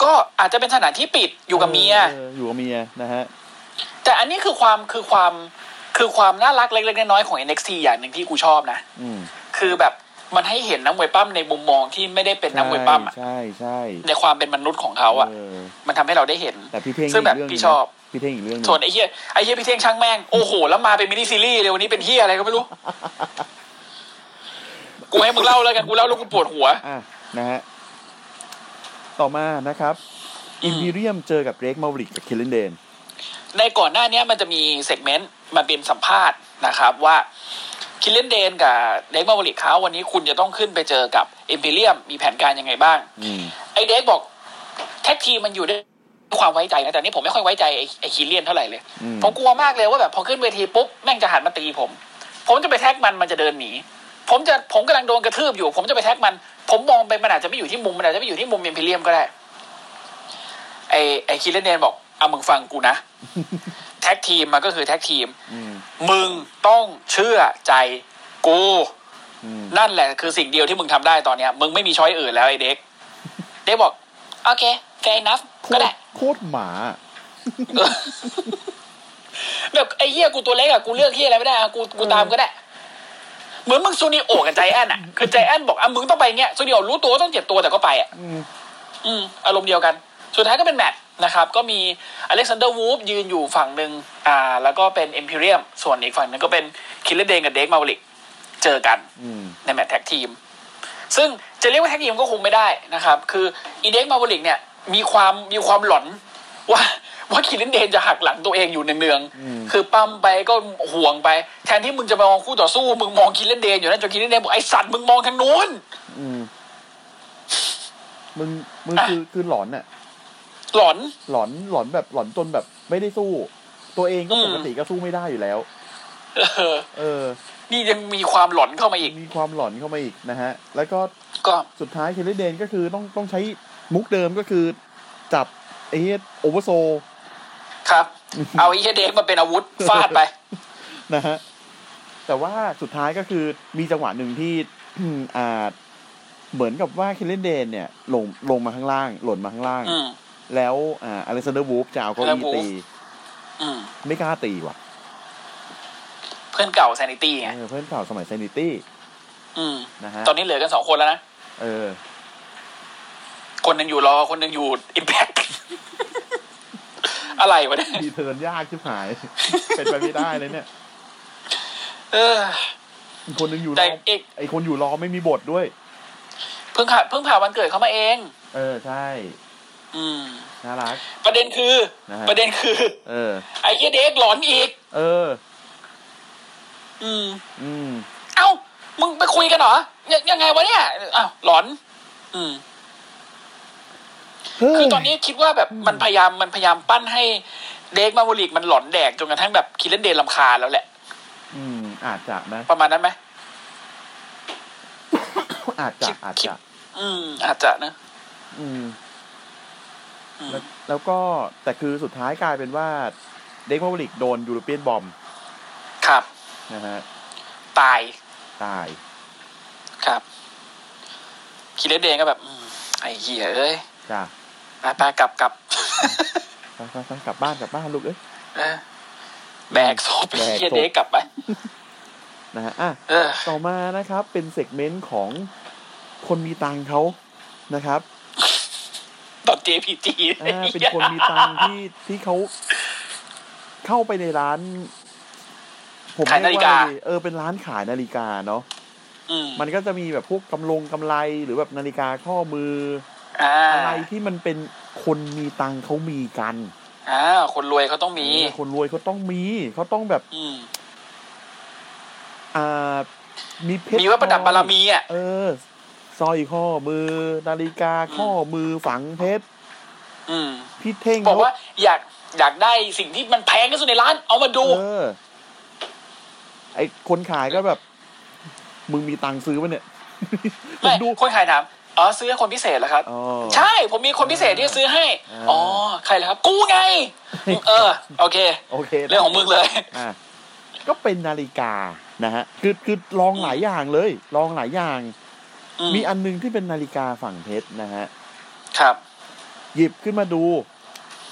C: ก็อาจจะเป็นสถานที่ปิดอยู่กับเมีย
B: อออยู่กับเมียนะฮะ
C: แต่อันนี้คือความคือความคือความน่ารักเล็กๆน้อยๆของ NXT อย่างหนึ่งที่กูชอบนะ
B: อืม
C: คือแบบมันให้เห็นนักมวยปั้มในมุมมองที่ไม่ได้เป็นนักมวยปั้มอะ
B: ใช่ใช่
C: ในความเป็นมนุษย์ของเขาอ่ะ
B: เออ
C: มันทำให้เราได้เห็น
B: แต่พี่เท่ง
C: ซึ่งแบ
B: ก
C: บ
B: เรื่ห
C: พี่
B: นึ่
C: ชอบ
B: นะพี่เท่งอีกเรื่องหนึง
C: ส่วนไอ้เฮียไอ้เฮียพี่เท่งช่างแม่ง โอ้โห แล้วมาเป็นมินิซีรีส์เลยวันนี้เป็นเฮียอะไร ก็ไม่รู้ กูให้มึงเล่าแล้วกันกูเล่าแล้วกูปวดหัว
B: อ่ะนะฮะ ต่อมานะครับอิมพีเรียมเจอกับเรกมาริกกับคิลเลนเดน
C: ในก่อนหน้าเนี้ยมันจะมีเซกเมนต์มาเป็นสัมภาษณ์นะครับว่าคิลเลนเดนกับเด็กมาบริกเขาวันนี้คุณจะต้องขึ้นไปเจอกับเอ p ม r เ u ียมมีแผนการยังไงบ้าง
B: อืม
C: ไอเด็กบอกแท็กทีมมันอยู่ด้วยความไว้ใจนะ แต่นี่ผมไม่ค่อยไว้ใจไอ้ไอคิลเลียนเท่าไหร่เลย
B: อืม
C: ผมกลัวมากเลยว่าแบบพอขึ้นเวทีปุ๊บแม่งจะหันมาตีผม ผมจะไปแท็กมันมันจะเดินหนีผมจะผมกำลังโดนกระทืบอยู่ ผมจะไปแท็กมัน ผมมองไปมันอาจจะไม่อยู่ที่มุมมันอาจจะไม่อยู่ที่มุมเอ p ม r เ u ียมก็ได้ ไอไอคิลเลนเดนบอกเอามึงฟังกู นะ แท็กทีมมันก็คือแท็กทีม
B: อืม
C: มึงต้องเชื่อใจกู
B: อืม
C: นั่นแหละคือสิ่งเดียวที่มึงทำได้ตอนเนี้ย มึงไม่มีช้อยอื่นแล้วไอ้เด็ก เด็กบอก โอเค fair enough ก็ได้
B: โคตรหมา
C: เออ แบบไอ้เหี้ยกูตัวเล็กอะกูเลือกเหี้ยอะไรไม่ได้อะกูกูตามก็ได้ เหมือนมึงซูนิโอกับใจแอนอะคือใจแอนบอกอ่ะมึงต้องไปเงี้ยซูนิโอรู้ตัวว่าต้องเจ็บตัวแต่ก็ไปอะ
B: อืม
C: อืมอารมณ์เดียวกัน สุดท้ายก็เป็นแมตช์นะครับ ก็มีอเล็กซานเดอร์วูฟยืนอยู่ฝั่งหนึ่งอ่า แล้วก็เป็นเอ็มพ r เรียม ส่วนอีกฝั่งหนึงก็เป็นคิลเลเดนกับเด็กมา l ลิกเจอกัน
B: อืม
C: ในแมตช์แท็กทีม ซึ่งจะเรียกว่าแท็กทีมก็คงไม่ได้นะครับ คืออีเด็กมาบริกเนี่ยมีความมีความหลอน ว่าว่าคิรินเดนจะหักหลังตัวเองอยู่เนือง
B: อืม
C: ๆคือปั้มไปก็ห่วงไป แทนที่มึงจะไปมองคู่ต่อสู้มึงมองคิรินเดนอยู่นั่นจนคิรินเดนบอกไอสัตว์มึงมองทางนู้น
B: อืมมึงมึงคือคือหลอนอะ
C: หลอน
B: หลอนหลอนแบบหลอนจนแบบไม่ได้สู้ ตัวเองก็
C: อืม
B: ปกติก็สู้ไม่ได้อยู่แล้ว
C: เออ
B: เออ
C: นี่ยังมีความหลอนเข้ามาอีก
B: มีความหลอนเข้ามาอีกนะฮะ แล้วก็
C: ก็
B: สุดท้ายเคลเลเดนก็คือต้องต้องใช้มุกเดิมก็คือ จับไอ้โอเวอร์โซ
C: ครับ เอาไอ้เหี้ยเด็กมาเป็นอาวุธฟาดไป
B: นะฮะแต่ว่าสุดท้ายก็คือมีจังหวะหนึ่ง ที่ อาจเหมือนกับว่าคิลเลนเดนเนี่ยลงลงมาข้างล่าง หล่นมาข้างล่าง
C: อืม
B: แล้วอ่าอเลซานเดอร์วูฟจะเอาเก้าอี้
C: Alexander
B: ตี
C: Wolf อืม
B: ไม่กล้าตีว่ะ
C: เพื่อนเก่าแซนิตี้ไง
B: เออเพื่อนเก่าสมัยเซนิตี้
C: อืม
B: นะฮะ
C: ตอนนี้เหลือกันสองคนแล้วนะ
B: เออ
C: คนหนึ่งอยู่รอ คนหนึ่งอยู่อิมแพ t อะไรวะเนี่ย
B: ดีเทิร์นยากชิบ หาย เป็นไปไม่ได้เลยเนี่ย
C: เออ
B: อีกคนหนึ่งอยู่ร
C: แต่
B: อ
C: เอก
B: ไอคนอยู่รอไม่มีบทด้วย
C: เพิ่งผ่าเพิ่งผ่าวันเกิดเขามาเอง
B: เออใช่
C: อืม
B: น่ารัก
C: ประเด็นคือ
B: นะฮะ
C: ประเด็นคือ
B: เออ
C: ไอ้เหี้ยเด็กหลอนอีก
B: เออ
C: อืม
B: อืม
C: เอ้า มึงไปคุยกันเหรอ ยังยังไงวะเนี่ยอ้าวหลอน อืม คือตอนนี้คิดว่าแบบมันพยายามมันพยายามปั้นให้เด็กมาโมลิกมันหลอนแดกจนกระทั่งแบบคิดเล่นเดนลำคาญแล้วแหละ
B: อืม อาจจะนะ
C: ประมาณนั้นไหม
B: อาจจะ
C: คิด
B: อาจ
C: คิด
B: จะ
C: อืม อาจจะนะ
B: อืม
C: อืม
B: แล้วแล้วก็แต่คือสุดท้ายกลายเป็นว่าเด็กมาบริกโดนยูโรเปียนบอม
C: ครับ
B: นะฮะ
C: ตาย
B: ตาย
C: ครับคิดเล่นเดนก็แบบอืมไอ้เหี้ยเอ้ย
B: จ้ะ
C: ไปไปกลับกลับ
B: ไปไปไปกลับบ้านกลับบ้านลูกเอ้ย
C: เออแบกศพ
B: แบกศพ
C: ไอ้เหี้ยเด็กกลับไป
B: นะฮะอ่ะ
C: เออ
B: ต่อมานะครับ เป็นเซกเมนต์ของคนมีตังค์เขานะครับ
C: ตอนเจพีจี
B: อ่าเป็นคนมีตังค์ที่ที่เขาเข้าไปในร้าน ผมเรียกว่าอะไรเออเป็นร้านขายนาฬิกาเนาะ
C: อืม
B: มันก็จะมีแบบพวกกำลงกำไรหรือแบบนาฬิกาข้อมือ
C: อ่า
B: อะไรที่มันเป็นคนมีตังค์เขามีกัน
C: อ่าคนรวยเขาต้องมี
B: เออคนรวยเขาต้องมี เขาต้องแบบ
C: อืม
B: อ่ามีเพชร
C: มีไว่าประดับบารมีอ่ะ
B: เออสร้อยข้อมือ นาฬิกาข้อมือฝังเพชร
C: อืม
B: พี่เท่ง
C: บอกว่า
B: เข
C: อยากอยากได้สิ่งที่มันแพงที่สุดในร้าน เอามาดู
B: เออ ไอคนขายก็แบบ มึงมีตังค์ซื้อปะเนี่ย ผ
C: ไม่
B: มดู
C: คนขายถามอ๋อซื้อให้คนพิเศษเหรอครับ
B: อ๋อ
C: ใช่ผมมีคนพิเศษที่จะซื้อให้
B: อ่า
C: อ๋อ ใครเหรอครับ กูไง เออ โอเค
B: โอเค
C: เรื่องของมึงเลย
B: อ่ะก็เป็นนาฬิกานะฮะคือคือลองหลายอย่างเลย ลองหลายอย่าง
C: อื
B: มีอันหนึงที่เป็นนาฬิกาฝั่งเพชรนะฮะ
C: ครับ
B: หยิบขึ้นมาดู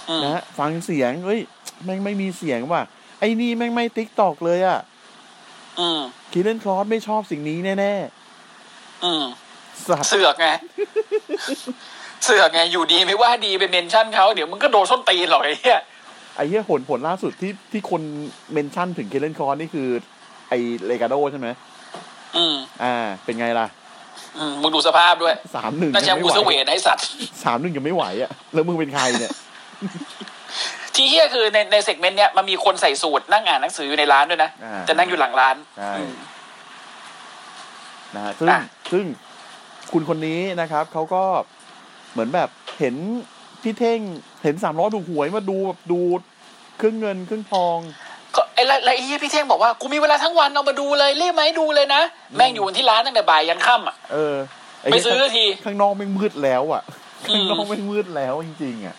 C: อืม
B: นะฮะฟังเสียงเอ้ยแม่งไม่มีเสียงว่ะ ไอ้นี่แม่งไม่ติ๊กตอกเลยอะ่ะ
C: อืม
B: คีเลนคลอสไม่ชอบสิ่งนี้แน่
C: อืม
B: ๆสัตว์
C: เสือกไง เสือกไง อยู่ดีไม่ว่าดีไปเมนชั่นเขาเดี๋ยวมึงก็โดนส้นตีนหรอกไอ้เหี้ย
B: ไอ้เหี้ยผลผลล่าสุดที่ที่คนเมนชั่นถึงคีเลนคลอสนี่คือ ไอ้เลกาโดใช่ไหม
C: อืม
B: อ่า เป็นไงล่ะ
C: อืมมึงดูสภาพด้วย
B: สามหนึ่ง
C: น่าจะ
B: ยัง
C: กู
B: ไม่
C: เส
B: ไห
C: เว
B: ว
C: ตไอ้สัตว์
B: สามหนึ่งยังไม่ไหวอะ่ะ แล้วมึงเป็นใครเนี่ย
C: ที่เฮี้ยคือในในเซกเมนต์เนี้ยมันมีคนใส่สูตรนั่งอ่านหนังสืออยู่ในร้านด้วยนะ
B: อ่า
C: แต่นั่งอยู่หลังร้าน
B: ใช่
C: อืม
B: นะฮะซึ่ง
C: อ่ะ
B: ซึ่งคุณคนนี้นะครับเขาก็เหมือนแบบเห็นพี่เท่งเห็นสามล้อถูกหวยมาดูแบบดูเครื่องเงินเครื่องทอง
C: ก็ไอ้ละไอ้เฮียพี่เท่งบอกว่า กูมีเวลาทั้งวันเอามาดูเลยรีบไหมาให้ดูเลยนะ แม่งอยู่ที่ร้านตั้งแต่บ่ายยันค่ำอ่ะ
B: เออ
C: ไปซื้อ
B: ข้าง
C: ที
B: ข้างนอกไม่งมืดแล้วอ่ะ
C: อืม
B: ข้างนอกไม่งมืดแล้วจริงๆอ่ะ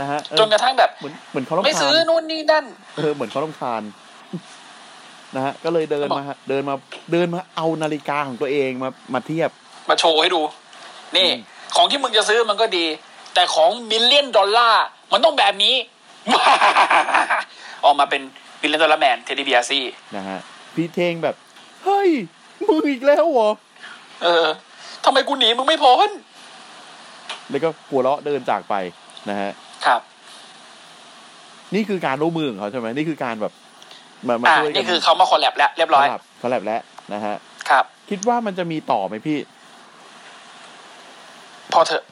B: นะฮะเออ
C: จนกระทั่งแบบ
B: เหมือนเหมือนเขาลำ
C: ไม่
B: คา
C: ซื้อ
B: ญ
C: นู่นนี่นั่น
B: เออเหมือนเขาลำคาญนะฮะก็เลยเดินมาฮะเดินมาเดินมาเอานาฬิกาของตัวเองมามาเทียบ
C: มาโชว์ให้ดู นี่
B: อืม
C: ของที่มึงจะซื้อมันก็ดี แต่ของมิลเลียนดอลลาร์มันต้องแบบนี้ ออกมาเป็นมิลเลียนดอลลาร์แมนเทดดี้เบียซี่
B: นะฮะพี่เทงแบบ เฮ้ยมึงอีกแล้วเหรอ
C: เออทำไมกูหนีมึงไม่พ้น
B: แล้วก็หัวเราะเดินจากไปนะฮะ
C: ครับ
B: นี่คือการร่วมมือของเขาใช่ไหมนี่คือการแบบมามา
C: อ่า
B: ช่วยกั
C: นี่คือเขามาคอลแลบแล้วเรียบร้อย
B: เขาแลบแล้วนะฮะ
C: ครับ
B: คิดว่ามันจะมีต่อไหมพี่
C: พอเถอะ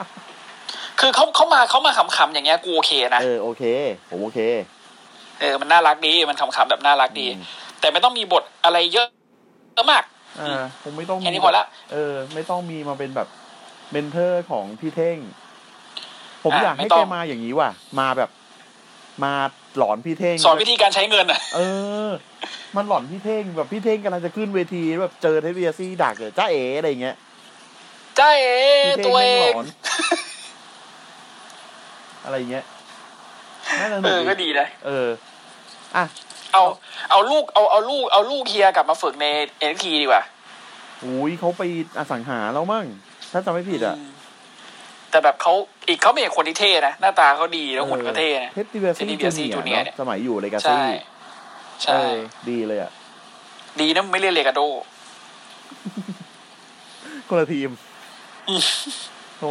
C: คือเขาเขามาเขามาขำๆอย่างเงี้ยกูโอเคนะ
B: เออโอเค ผมโอเค
C: เออมันน่ารักดีมันขำๆแบบน่ารักดี
B: อืม
C: แต่ไม่ต้องมีบทอะไรเยอะเยอะมาก
B: อ่าผมไม่ต้องมี
C: แค่นี้พอละ
B: เออ ไม่ต้องมีมาเป็นแบบเมนเทอร์ของพี่เท่ง ผม
C: อ่า
B: อยากให้
C: ไม่ต้
B: แก
C: อง
B: มาอย่างนี้ว่ะ มาแบบ มาหลอนพี่เท่ง
C: สอนวิธีการใช้เงินอ่ะ
B: เออ มันหลอนพี่เท่งแบบพี่เท่งกำลังจะขึ้นเวทีแบบเจอเทวีซี่ดักเลยจ้าเอ๋อะไรอย่างเงี้ย
C: ใช่เอ๋
B: พี่
C: ตัวเอง
B: แม่ห ลนอะไรอย่างเงี้ยน่าจะส
C: เอ
B: นุ
C: อ
B: ก
C: ก็
B: ดี
C: ดีนะ
B: เออ อ่ะ
C: เอา เอาลูก เอา เอาลูก เอาลูกเฮียกลับมาฝึกในเอ็นทีดีกว่า
B: อุ้ยเขาไปอสังหาแล้วมั้งถ้าจำไม่ผิดอ่ะ
C: มแต่แบบเขาอีกเขาไม่ใช่คนที่เท่นะ หน้าตาเขาดีแล้วหุ่นก็เท่นะ
B: เทสติเวียซี่
C: Teddy Bear
B: จู
C: Junior
B: เนียร์
C: เนี่ย
B: เนอะสมัยอยู่เลยกา
C: ใช่
B: ซี่ เอ
C: ใช่
B: อดีเลยอ่ะ
C: ดีนะมึงไม่เรียนเลกาโด
B: คนละทีม
C: อืม
B: โอ้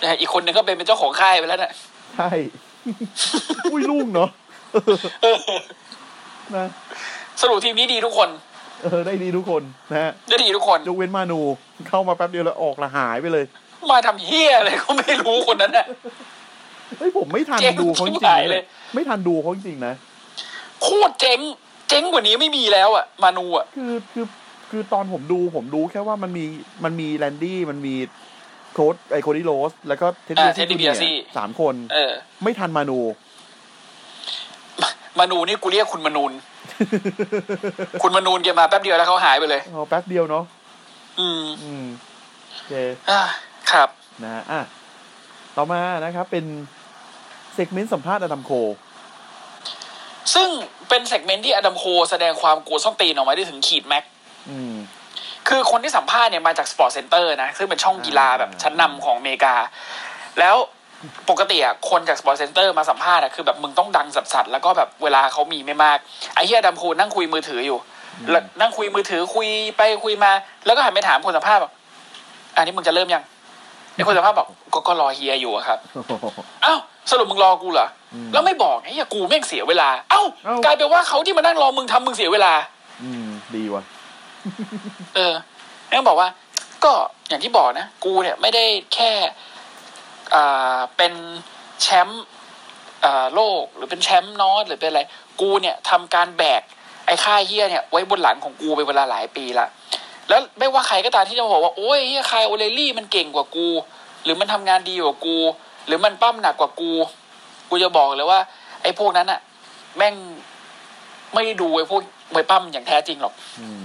C: นะฮะอีกคนนึงก็เป็นเป็นเจ้าของค่ายไป แล้วนะ
B: ใช่ อุ้ยลูกเนาะเออนะ
C: สรุปทีมนี้ดีทุกคน
B: เออ ได้ดีทุกคนนะฮะ
C: ได้ดีทุกคน
B: ยกเว้นมานู เข้ามาแป๊บเดียวแล้วออกละหายไปเลย
C: มาทำเฮียอะไรก็ไม่รู้คนนั้นน่ะ
B: เฮ้ยผมไม่ทัน
C: เจ๊ง
B: ดูเขาจริ
C: ชิบ
B: ง
C: หา
B: ๆ
C: ยเล
B: เลย ย ไม่ทันดูเขาจริงๆนะ
C: โคตรเจ๊ง เจ๊งกว่านี้ไม่มีแล้วอ่ะ มานูอ่ะ
B: คือคือคือตอนผมดูผมรู้แค่ว่ามันมีมันมีแลนดี้มันมีโค้ดไอโคดี้โรส แล้วก็เท็ดดี้
C: อ่า Teddy Bear ซี่
B: สามคน
C: เออ
B: ไม่ทันมานู
C: มานูนี่กูเรียกคุณมานู น คุณมานูนแกมาแป๊บเดียวแล้วเขาหายไปเลย
B: เอาแป๊บเดียวเนาะ
C: อืม
B: อืมโอเค
C: อ่าครับ
B: นะฮะอ่ะ ต่อมานะครับ เป็นเซกเมนต์สัมภาษณ์อดัมโค
C: ซึ่งเป็นเซกเมนต์ที่อดัมโคแสดงความกลัวส้นตีนออกมาได้ถึงขีดแม็ก
B: อืม
C: คือคนที่สัมภาษณ์เนี่ยมาจากสปอร์ตเซ็นเตอร์นะ ซึ่งเป็นช่องกีฬาแบบชั้นนำของอเมริกา แล้วปกติอ่ะคนจากสปอร์ตเซ็นเตอร์มาสัมภาษณ์อ่ะคือแบบมึงต้องดังสัดๆแล้วก็แบบเวลาเขามีไม่มาก ไอ้เฮียอดัมโคนั่งคุยมือถืออยู่แล้วนั่งคุยมือถือคุยไปคุยมา แล้วก็หันไปถามคนสัมภาษณ์บอกอันนี้มึงจะเริ่มยังไอ้คนสัมภาษณ์บอกก็ก็รอเฮียอยู่อะครับ อ้าวสรุปมึงรอกูเหรออ
B: ม
C: แล้วไม่บอกไอ้เหี้ยกูแม่งเสียเวลา เอ้า
B: เอ้า
C: กลายเป็นว่าเขาที่มานั่งรอมึงทำมึงเสียเวลา
B: อืม ดีว่ะ
C: เออแม่งบอกว่า ก็อย่างที่บอกนะ กูเนี่ยไม่ได้แค่อ่าเป็นแชมป์อ่าโลกหรือเป็นแชมป์นอตหรือเป็นอะไร กูเนี่ยทำการแบกไอ้ค่ายเฮียเนี่ยไว้บนหลังของกูเป็นเวลาหลายปีละ แล้วไม่ว่าใครก็ตามที่จะมาบอกว่าโอ้ยเฮียใครโอเลลี่มันเก่งกว่ากู หรือมันทำงานดีกว่ากู หรือมันปั้มหนักกว่ากู กูจะบอกเลยว่า ไอ้พวกนั้นอะแม่งไม่ได้ดูไอ้พวกมวยปั้มอย่างแท้จริงหรอก
B: อืม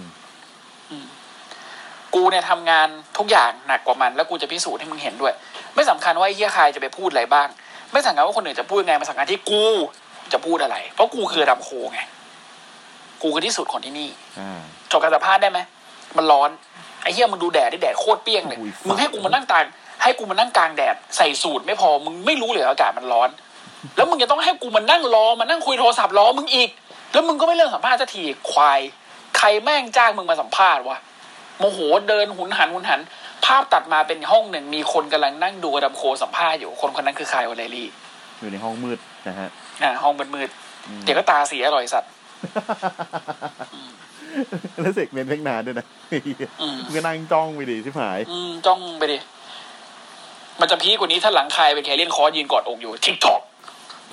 C: กูเนี่ยทำงานทุกอย่างหนักกว่ามัน แล้วกูจะพิสูจน์ให้มึงเห็นด้วย ไม่สำคัญว่าไอ้เฮียใครจะไปพูดอะไรบ้าง ไม่สำคัญว่าคนอื่นจะพูดยังไงมันสำคัญที่กูจะพูดอะไร เพราะกูคืออดัมโคไงกูคือที่สุดของที่นี่
B: อ่า
C: จบการสัมภาษณ์ได้ไหมมันร้อนไอ้เฮียมึงดูแดดดิแดดโคตรเปรี้ยงเลย
B: อุ้ย
C: มึงให้กูมานั่งกลางให้กูมานั่งกลางแดดใส่สูตรไม่พอมึงไม่รู้เลยอากาศมันร้อน แล้วมึงจะต้องให้กูมานั่งรอมานั่งคุยโทรศัพท์รอมึงอีก แล้วมึงก็ไม่เลิกสัมภาษณ์สักทีควาย ใครแม่งจ้างมึงมาสัมภาษณ์วะ โมโหเดินหุนหันหุนหัน ภาพตัดมาเป็นห้องหนึ่งมีคนกำลังนั่งดูอดัมโคสัมภาษณ์อยู่คนคนนั้นคือใครโอเลรี่
B: อยู่ในห้องมืดนะฮะ
C: อ่าห้องมืด
B: อืม
C: ๆเดี๋ยวก็ตาเสียอร่อยสัตว์
B: แล้วเซกเมนต์เพ่งนานด้วยนะ
C: อืม
B: มึงก็นั่งจ้องไปดิที่หาย
C: อืมจ้องไปดิ มันจะพีกกว่านี้ถ้าหลังใครเป็นแคเรียนคอร์สยืนกอดอกอยู่ทิกตอก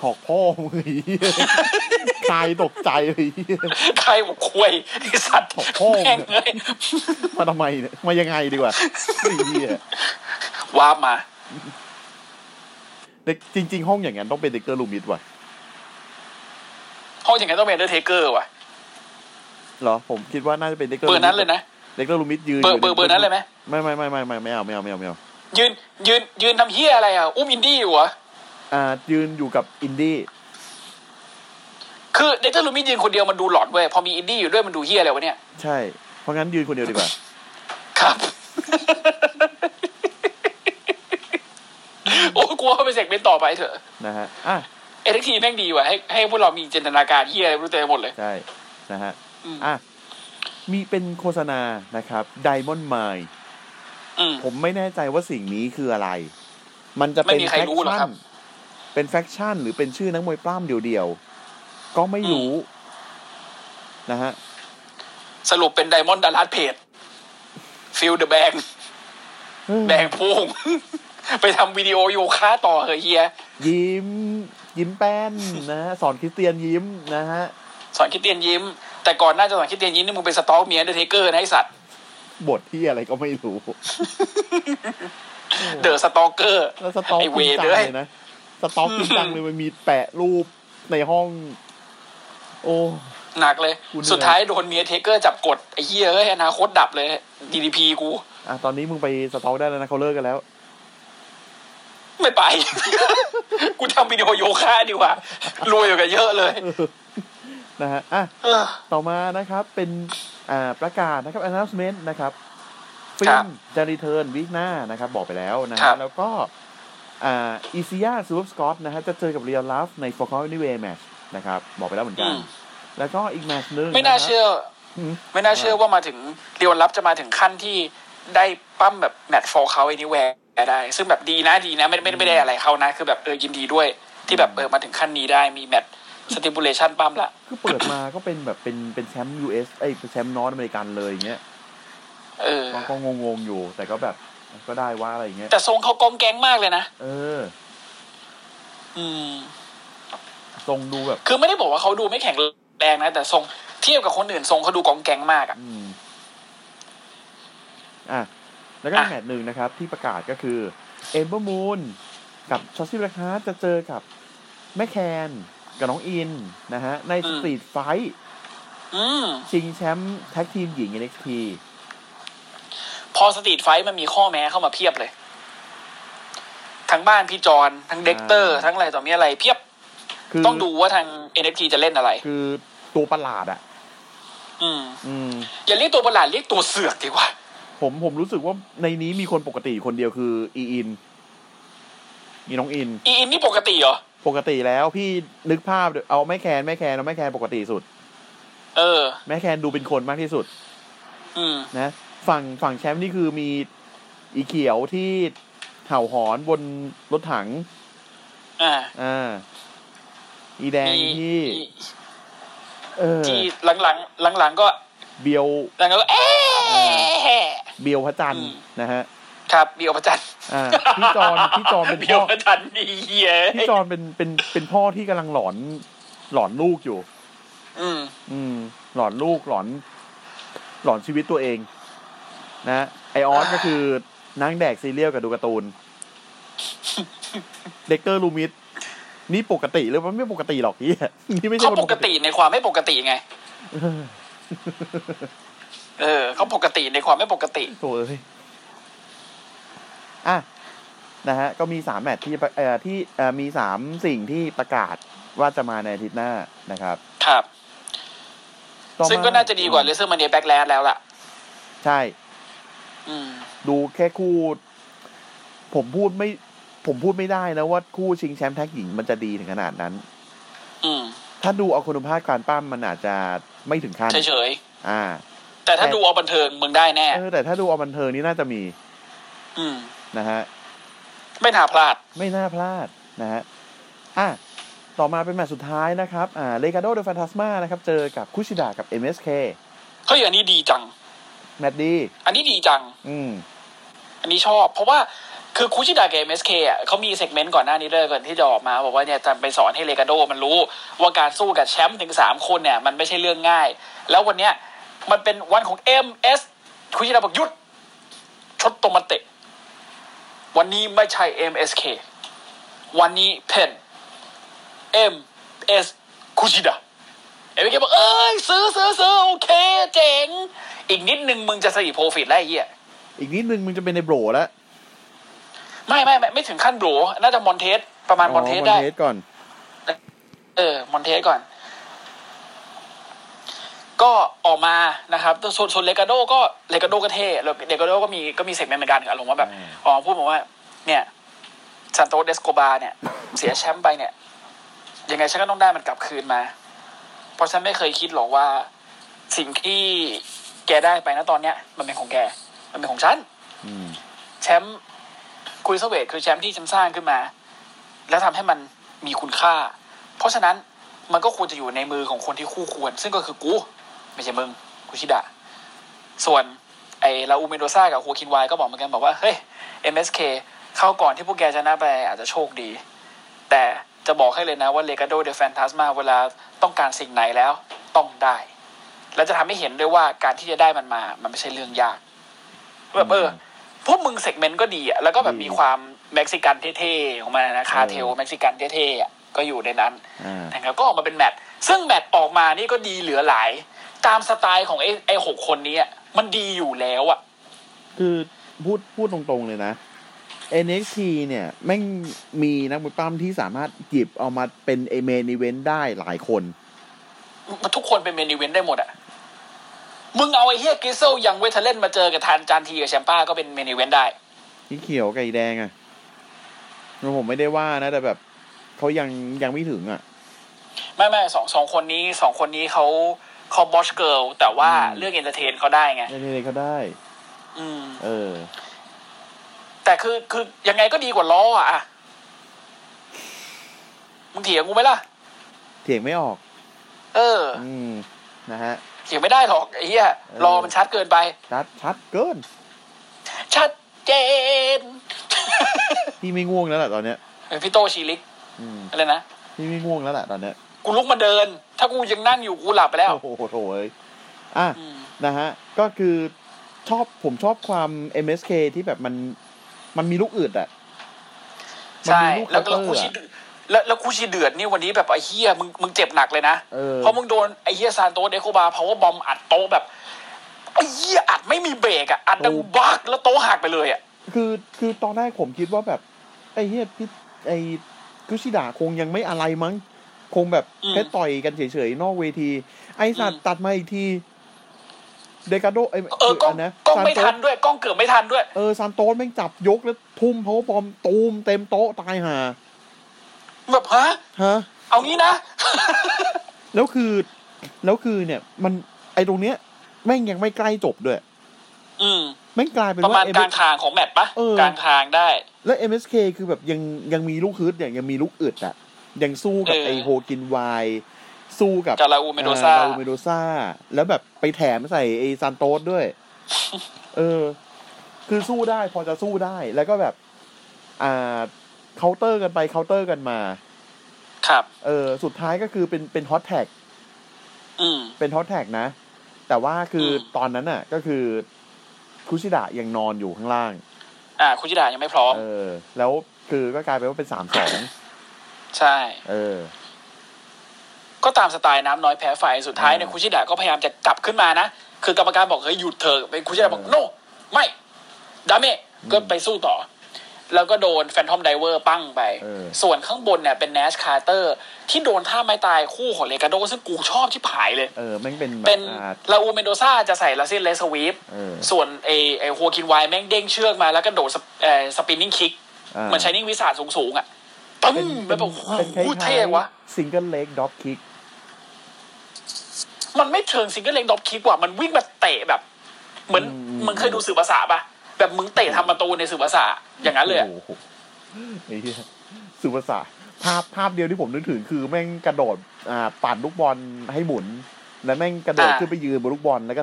B: ถอกพ่อมึงไอ้ เหี้ยตายตกใจเลย ไอ้เหี้ย
C: ใครบอกควยไอ้สัตว์
B: โอ้โห
C: แม่งเลย
B: มาทำไมเนี่ยมายังไงดีกว่า ไอ้เหี้ยว
C: าบมา
B: เด็กจริง ๆ ห้องอย่างนั้นต้องเป็นเด็กเกอร์ลูมิดว่ะ
C: ห้องอย่างนั้นต้องเป็นเดอร์เทเกอร์ว่ะ
B: เหรอผมคิดว่าน่าจะเป็นเด็กเกอร์
C: เบอร์นั้นเลยนะ
B: เด็กเกอร์ลูมิดยืน
C: เบอร์
B: ยู่
C: เบอร์เบอร์นั้นเลยไหม
B: ไม่ไม่ไม่ไม่ไม่ไม่เอาไม่เอาไม่เอาไม่เอา
C: ยืนยืนยืนทำเฮียอะไรอ่ะ อุ้มอินดี้อยู่เหรอ
B: อ่ายืนอยู่กับอินดี้
C: คือเดนเตอร์ลูมิยืนคนเดียวมันดูหลอนเว้ยพอมีอินดี้อยู่ด้วยมันดูเฮียอะไรวะเนี่ย
B: ใช่ เพราะงั้นยืนคนเดียวดีกว่า
C: ครับ โอ้ยกลัวเขาไปเสกเป็นต่อไปเถอะ
B: นะฮะอ่ะ
C: เอททีแม่งดีว่ะให้ให้พวกเรามีจินตนาการเฮียอะไรไม่รู้เต็มไปหมดเลย
B: ใช่นะฮะ
C: อืม
B: อ่ะมีเป็นโฆษณานะครับไดมอนด์ไมล์
C: อืม
B: ผมไม่แน่ใจว่าสิ่งนี้คืออะไร มันจะเป็น
C: ไม่มีใค
B: แฟ
C: ร
B: ค
C: รู้หรอกค
B: ชั่
C: รั
B: น
C: บ
B: เป็นแฟคชั่น หรือเป็นชื่อนักมวยปล้ำเดียวๆ ก็ไม่รู้นะฮะ
C: สรุปเป็นไดมอนด์ดัลลัสเพจฟิลเดอะแบง แบงพุ่ง ไปทำวิดีโอโยคะต่อเหอะเฮีย
B: ยิ้ม ยิ้มแป้นนะฮะสอนคริสเตียนยิ้มนะฮะ
C: สอนคริดเตียนยิ้ม แต่ก่อนหน้าจะสอนคริดเตียนยิ้มนี่มึงเป็นสตอกเมียเดอะเทเกอร์นะไอสัตว์
B: บทที่อะไรก็ไม่รู้
C: เดอะสตอกเกอร์
B: แล้วสต็อก
C: ไอเว
B: จริง
C: ย์
B: จัง
C: เล
B: เลย ยนะ สต็อกจริงจังเลยมันมีแปะรูปในห้อง โอ้
C: หนักเลย
B: กูเหนื่อย
C: สุดท้ายโดนเมียเทเกอร์จับกด ไอเฮียเอ้ยอนาคตดับเลย GDP กู
B: อะตอนนี้มึงไปสต็อกได้แล้วนะเขาเลิกกันแล้ว
C: ไม่ไป กูทำวิดีโอโยคะดีกว่า รวยกว่าเยอะเลย
B: นะฮะอ่ะ
C: เออ
B: ต่อมานะครับเป็นอ่าประกาศนะครับ announcement นะครับ
C: ค
B: ฟิ
C: รั
B: ล์
C: บ
B: มจะรีเทิร์นวีคหน้านะครับ บอกไปแล้วนะ
C: ครั
B: ฮะ
C: บ
B: แล้วก็อ่าอีซียาซูเปอร์สกอตนะฮะจะเจอกับเรียลลาฟใน f o r c a l Anyway Match นะครับ บอกไปแล้วเหมือน
C: อื
B: กัน
C: ม
B: แล้วก็อีกแมตช์หนึง
C: ไม่น่าเชื่
B: อ
C: อ ไม่น่าเชื่อว่ามาถึงเรียวรับจะมาถึงขั้นที่ได้ปั้มแบบแมตช์ฟอร์เขาไอ้นี่แวร์ได้ ซึ่งแบบดีนะดีนะไม่ไม่ไม่ได้อะไรเขานะ คือแบบเออยินดีด้วย ที่แบบเออมาถึงขั้นนี้ได้มีแมตช์สติ u ูเลชันปั้มละ
B: คือเปิดมาก็เป็นแบบเป็นเป็นแชมป์ US เอ้ยเป็นแชมป์นอร์ทอเมริกันเลยอย่างเงี้ย
C: เออ
B: ก็ก็งงๆอยู่ แต่ก็แบบก็ได้ว่าอะไรอย่างเงี้ย
C: แต่ทรงเขากองแกงมากเลยนะ
B: เออ
C: อืม
B: ทรงดูแบบ
C: คือไม่ได้บอกว่าเขาดูไม่แข็งแรงนะ แต่ทรงเทียบกับคนอื่นทรงเขาดูกองแกงมากอะ
B: อืม อ่ะ แล้วก็
C: อ่ะ
B: แมตช์หนึ่งนะครับ ที่ประกาศก็คือเอมเบอร์มูนกับชอซี่แบล็กฮาร์ทจะเจอกับแม่แคนกับน้องอินนะฮะ ในสตรีทไฟท์
C: อืม
B: ชิงแชมป์แท็กทีมหญิง NXT
C: พอสตรีทไฟท์มันมีข้อแม้เข้ามาเพียบเลย ทั้งบ้านพี่จอนทั้งเด็กเตอร์
B: อ่า
C: ทั้งอะไรต่อมีอะไรเพียบ
B: คือ
C: ต้องดูว่าทาง NFT จะเล่นอะไร
B: คือตัวประหลาดอ่ะ
C: อืม
B: อืม
C: อย่าเรียกตัวประหลาดเรียกตัวเสือกดีกว่า
B: ผมผมรู้สึกว่าในนี้มีคนปกติอยู่คนเดียวคืออีอิน มีน้องอิน
C: อีอินนี่ปกติเหรอ
B: ปกติแล้วพี่นึกภาพเอาแม่แคนแม่แคนเอาแม่แคนปกติสุด
C: เออ
B: แม่แคนดูเป็นคนมากที่สุด
C: อืม
B: นะฝั่งฝั่งแชมป์นี่คือมีอีเขียวที่เห่าหอนบนรถถัง
C: อ่า
B: อ่า อีแดง
C: มี
B: ที่
C: มี
B: เออ
C: ที่หลังหลังหลังหลังๆก็
B: เบียว
C: หลังๆก็เอ๊ะ
B: เบียวพระจันท
C: อื
B: ร์
C: ม
B: นะฮะ
C: ครับมีอภจันทร์
B: อ่าพี่จอนพี่จอน เป็น
C: มี
B: พ่
C: อ
B: อ
C: ภจันทร์นี่เหี้ย
B: พี่จอนเป็นเป็นเป็นพ่อที่กำลังหลอนหลอนลูกอยู่
C: อืม
B: อืม หลอนลูกหลอน หลอนชีวิตตัวเอง นะไอออสก็คือนั่งแดกซีเรียลกับดูการ์ตูน เด็กเตอร์ลูมิดนี่ปกติหรือมันไม่ปกติหรอกพี่ นี่ไม่ใช่
C: เขา
B: คน
C: ปกติในความไม่ปกติไง
B: เออ
C: เออ เขาปกติในความไม่ปกติ
B: โถ่เอ้ยอ่ะนะฮะ ก็มีสามแมตช์ที่เอ่อที่เอ่อมีสามสิ่งที่ประกาศว่าจะมาในอาทิตย์หน้านะครับ
C: ครับ
B: ต่อม
C: ซึ่งก็น่าจะดีกว่าเลเซอร์มาเนียแบ็กแลนแล้วล่ะ
B: ใช่
C: อืม
B: ดูแค่คู่ ผมพูดไม่ ผมพูดไม่ได้นะว่าคู่ชิงแชมป์แท็กหญิงมันจะดีถึงขนาดนั้น
C: อืม
B: ถ้าดูเอาคุณภาพการปั้มมันอาจจะไม่ถึงขั้น
C: เฉย
B: อ่า
C: ๆ แต่ถ้าดูเอาบันเทิงมึงได้แน่
B: เออแต่ถ้าดูเอาบันเทิงนี่น่าจะมี
C: อืม
B: นะฮะ
C: ไม่น่าพลาด
B: ไม่น่าพลาดนะฮะ อ่ะ ต่อมาเป็นแมตช์สุดท้ายนะครับ อ่าเลกาโดเดอะแฟนตาสมานะครับ เจอกับคุชิดะกับ MSK
C: เฮ้ยอันนี้ดีจัง
B: แมตช์ดี
C: อันนี้ดีจัง
B: อืม
C: อันนี้ชอบ เพราะว่าคือคูชิดะกับ MSK อ่ะเขามีเซกเมนต์ก่อนหน้านี้เลยก่อนที่จะออกมา บอกว่าเนี่ยจะไปสอนให้เลกาโดมันรู้ ว่าการสู้กับแชมป์ถึงสามคนเนี่ย มันไม่ใช่เรื่องง่าย แล้ววันเนี้ยมันเป็นวันของ MS คูชิดะบอกหยุด ชดตรงมันเตะ วันนี้ไม่ใช่ MSK วันนี้เพน MS คูชิดะ เอ็มเคบอกเอ้ยซื้อซื้อซื้อโอเคเจ๋ง อีกนิดนึงมึงจะสี่โปรฟิตได้ไอ้เหี้ย
B: อีกนิดนึงมึงจะเป็นในโบรแล้ว
C: ไม่ไม่ไม่ไม่ถึงขั้นโบรน่าจะมอนเทส ประมาณมอนเทสได้
B: สก่อน
C: เออ มอนเทสก่อน ก็ออกมานะครับส่วนส่วนเลกาโดก็เลกาโดก็เท่แล้วเลกาโดก็มีก็มีเซกเมนต์เหมือนกันอารมณ์ว่าแบบ
B: อืม
C: อ๋อพูดบอกว่า เนี่ยซันโตเดสโกบาเนี่ย เสียแชมป์ไปเนี่ย ยังไงฉันก็ต้องได้มันกลับคืนมา เพราะฉันไม่เคยคิดหรอกว่า สิ่งที่แกได้ไปนะตอนเนี้ย มันเป็นของแก มันเป็นของฉัน
B: อืม
C: แชมป์คุยเซเวตคือแชมป์ที่ฉันสร้างขึ้นมา แล้วทำให้มันมีคุณค่า เพราะฉะนั้นมันก็ควรจะอยู่ในมือของคนที่คู่ควร ซึ่งก็คือกู ไม่ใช่มึง คุชิดะ ส่วนไอลาอูเมโดซ่ากับฮูคินไวก็บอกเหมือนกันบอกว่า เฮ้ย MSK เข้าก่อนที่พวกแกจะนะไปอาจจะโชคดี แต่จะบอกให้เลยนะว่าเลกาโดเด f แฟน a s สมาเวลาต้องการสิ่งไหนแล้วต้องได้ และจะทำให้เห็นด้วยว่าการที่จะได้มันมา มันไม่ใช่เรื่องยากแบบเออ พวกมึงเซกเมนต์ก็ดีอะแล้วก็แบบมีความเม็กซิกันเท่ๆของมันนะคาเทลเม็กซิกันเท่ๆอะก็อยู่ในนั้น
B: อ่า
C: นะครับก็ออกมาเป็นแมตช์ซึ่งแมตช์ออกมานี่ก็ดีเหลือหลาย ตามสไตล์ของไอ้ไอ้หกคนนี้อะมันดีอยู่แล้วอ่ะ
B: คือพูดพูดตรงๆเลยนะ NXT เนี่ยแม่งมีนักมวยปล้ำที่สามารถหยิบเอามาเป็นเอเมนิเวนได้หลายคน
C: ทุกคนเป็นเมนอีเวนต์ได้หมดอ่ะ มึงเอาไอ้เฮียกริซเซลยังเวทเทอร์เล่นมาเจอกับทานจานทีกับแชมป้าก็เป็นเมนอีเวนต์ได้
B: นี่เขียวไก่แดงอะ่ะผมไม่ได้ว่านะ แต่แบบเขายังยังไม่ถึงอะ่ะ
C: ไม่ไม่สองสองคนนี้สองคนนี้เขาเขาบอชเกิลแต่ว่า
B: อืม
C: เรื่องเอนเตอร์เทนเขาได้ไง
B: เอเมนิเวนเขาได้
C: อืม
B: เออ
C: แต่คือคือยังไงก็ดีกว่าล้ออะอะมึงเถียงกูไหมล่ะ
B: เถียงไม่ออก
C: เออ
B: อืม นะฮะ
C: เถียงไม่ได้หรอกไอ้เหี้ย
B: เออ
C: รอมันชัดเกินไป
B: ชัดชัดเกิน
C: ชัดเจน
B: พี่ไม่ง่วงแล้วแหละตอนเนี้ย
C: เป็นพี่โตชีลิก
B: อืม
C: อะไรนะ
B: พี่ไม่ง่วงแล้วแหละตอนเนี้ย
C: กูลุกมาเดิน ถ้ากูยังนั่งอยู่กูหลับไปแล้ว
B: โอ้โหโถเอ้ยอ่ะ
C: อืม
B: นะฮะ ก็คือชอบผมชอบความ MSK ที่แบบมันมันมีลูกอึดอะมัน
C: ใช่
B: มีลูก
C: แล้
B: เคาว น์
C: ก็
B: เตอร์
C: แล้วกูชี
B: อะ
C: เดือดแล้วแล้วกูชีเดือดนี่วันนี้แบบไอ้เฮียมึงมึงเจ็บหนักเลยนะ
B: เออ
C: เพราะมึงโดนไอ้เฮียซานโตสเดโคบาพาวเวอร์บอมอัดโต๊ะแบบไอ้เฮียอัดไม่มีเบรกอ่ะ อัดดังบักแล้วโต๊ะหักไปเลยอ่ะ
B: คือคือตอนแรกผมคิดว่าแบบ ไอ้เฮียพี่ไอ้กุชิดาคงยังไม่อะไรมั้ง คงแบบ
C: อืม
B: แค่ต่อยกันเฉยๆ นอกเวที ไอ้สัต
C: อื
B: ว์
C: ม
B: ตัดมาอีกที เดกาโดไอ้
C: เออกล้อง
B: นนะ
C: กล้อง
B: ซาน
C: ไม่
B: โต
C: ทั
B: ส
C: นด้วยกล้องเกือบไม่ทันด้วย
B: เออซานโตสแม่งจับยกแล้วทุ่มเขาบอมตูมเต็มโต๊ะตายห่า
C: แบบฮะ
B: ฮะ
C: เอางี้นะ
B: แล้วคือแล้วคือเนี่ยมันไอ้ตรงเนี้ยแม่งยังไม่ใกล้จบด้วย
C: อืม
B: แม่งกลายเป็น
C: ประ
B: ว่า
C: มาณ
B: เอ็ม
C: กลางทางของแมตช์ปะ
B: เออ
C: กลางทางได้
B: และ MSK คือแบบยังยังมีลูกฮึดเนี่ยยังมีลูกอึดอะยังสู้กับ
C: เออ
B: ไอโฮกินไวายสู้กับ
C: จาราอูเมโดซ่า
B: อ่ลอูเมโดซาแล้วแบบไปแถมใส่ไอซานโตสด้วย เออ คือสู้ได้พอจะสู้ได้แล้วก็แบบ อ่าเคาน์เตอร์กันไปเคาน์เตอร์กันมา
C: ครับ
B: เออ สุดท้ายก็คือเป็นเป็นฮอตแท็ก
C: อืม
B: เป็นฮอตแท็กนะ แต่ว่าคืออ
C: ม
B: ตอนนั้นน่ะ ก็คือคุชิดะยังนอนอยู่ข้างล่าง
C: อ่าคุณจิดายังไม่พร้อม
B: เออ แล้วคือก็กลายเป็นว่าเป็นสามสอง
C: ใช่
B: เออ
C: ก็ตามสไตล์น้ำน้อยแพ้ไฟสุดท้ายเนี่ย
B: อ่า
C: คุชิดะก็พยายามจะกลับขึ้นมานะ คือกรรมการบอกเฮ้ยหยุดเถอะเป็นคุชิดะบอก
B: เออ
C: โนไม่ดาเม
B: อืม
C: ก็ไปสู้ต่อ แล้วก็โดนแฟนทอมไดเวอร์ปั้งไป
B: เออ
C: ส่วนข้างบนเนี่ยเป็นแนชคาร์เตอร์ที่โดนท่าไม้ตายคู่ของเลกาโดซึ่งกูชอบที่ผายเลย
B: เออแม่งเป็นแบบ
C: เป็น
B: อาร์ต
C: ลาอูเมนโดซ่าจะใส่ลาซินเลสวีฟ
B: เออ
C: ส่วนไอไอฮัวคินไวแม่งเด้งเชือกมาแล้วก็โดดสปเอ่อสปินนิ่งคิก
B: า
C: เหมือนใช้นิ่งวิสาสสูงๆอ่ะตึ้
B: เป็น
C: มแล้วแบบโอ้
B: เป็น
C: โหเท่วะ
B: ซิงเกิลเล็กด็อปคิก
C: มันไม่เชิงซิงเกิลเลงด็อปคิกว่ามันวิ่งมาเตะแบบ เหมือน
B: อืม
C: มึงเคยดูสื่อภาษาปะแบบมึงเตะทำประตูในสื่อภาษาอย่างนั้นเลยอะ
B: โอ้โหไอ้เหี้ยสุภาษาภาพภาพเดียวที่ผมนึกถึงคือแม่งกระโดด อ่าปั่นลูกบอลให้หมุน แล้วแม่งกระโดดขึ้นไปยืนบนลูกบอลแล้วก็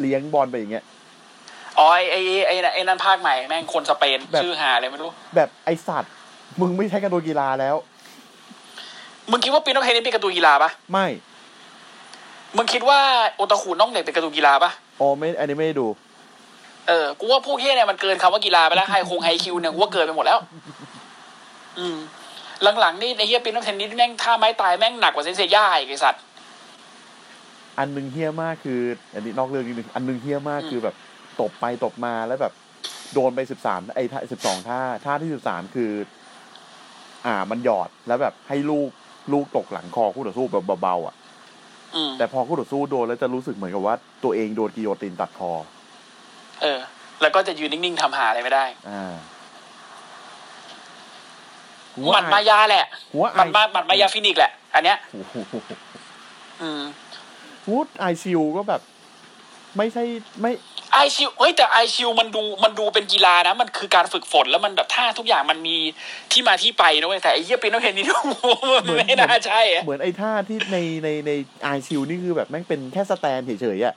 B: เลี้ยงบอลไปอย่างเงี้ย
C: อ๋อไอไอไอไอ้นั่นภาคใหม่แม่งคนสเปน
B: แบบ
C: ชื่อหาอะไรไม่รู้
B: แบบไอสัตว์ มึงไม่ใช่การะโดดกีฬาแล้ว
C: มึงคิดว่าปีนอกเทนนิสเป็นการ์ตูนกีฬาปะ
B: ไม่
C: มึงคิดว่าโอตาคูน้องเด็กเป็นการ์ตูนกีฬาปะ
B: อ๋อไม่อันนี้ไม่ได้ดู
C: เออกูว่าพวกเฮียเนี่ยมันเกินคำว่ากีฬาไปแล้วไฮคงไฮคิวเนี่ยกูว่าเกินไปหมดแล้ว อืม หลังๆนี่ไอเฮียปีนอกเทนนิสแม่งท่าไม้ตายแม่งหนักกว่าเซนเซย่าอีกไอสัตว์
B: อันหนึงเฮี้ยมากคือ อันนี้นอกเรื่องนิดนึงอันหนึงเฮี้ยมากคือแบบตบไปตบมาแล้วแบบ โดนไปสิบสามไอ้ท่าสิบสองท่าท่าที่สิบสามคือ อ่ามันหยอดแล้วแบบให้ลูกลูกตกหลังคอคู่ต่อสู้แบบเบาๆอ่ะ
C: อืม
B: แต่พอคู่ต่อสู้โดนแล้วจะรู้สึกเหมือนกับว่า ตัวเองโดนกิโยตินตัดคอ
C: เออ แล้วก็จะยืนนิ่งๆทำหาอะไรไม่ได้
B: อ่าหั
C: หมัดมายาแหละ
B: หัว
C: มั
B: ไอาน ย
C: มามันมายาฟินิกส์แหละ อันเนี้ย
B: โอ้โห
C: อืม
B: หัวไอซิวก็แบบ ไม่ใช่ไม่
C: ไอชิวเฮ้ยแต่ไอชิวมันดูมันดูเป็นกีฬานะ มันคือการฝึกฝนแล้วมันแบบท่าทุกอย่างมันมีที่มาที่ไปนะเว้ยแต่ไอเยี่ยปีโนเฮนนี่
B: เหมือน
C: มั
B: น
C: ไม่น่าใช่อะ
B: เหมือนไอ้ท่าที่ในในในไอซิวนี่คือแบบแม่งเป็นแค่สแตนเฉยๆอ่ะ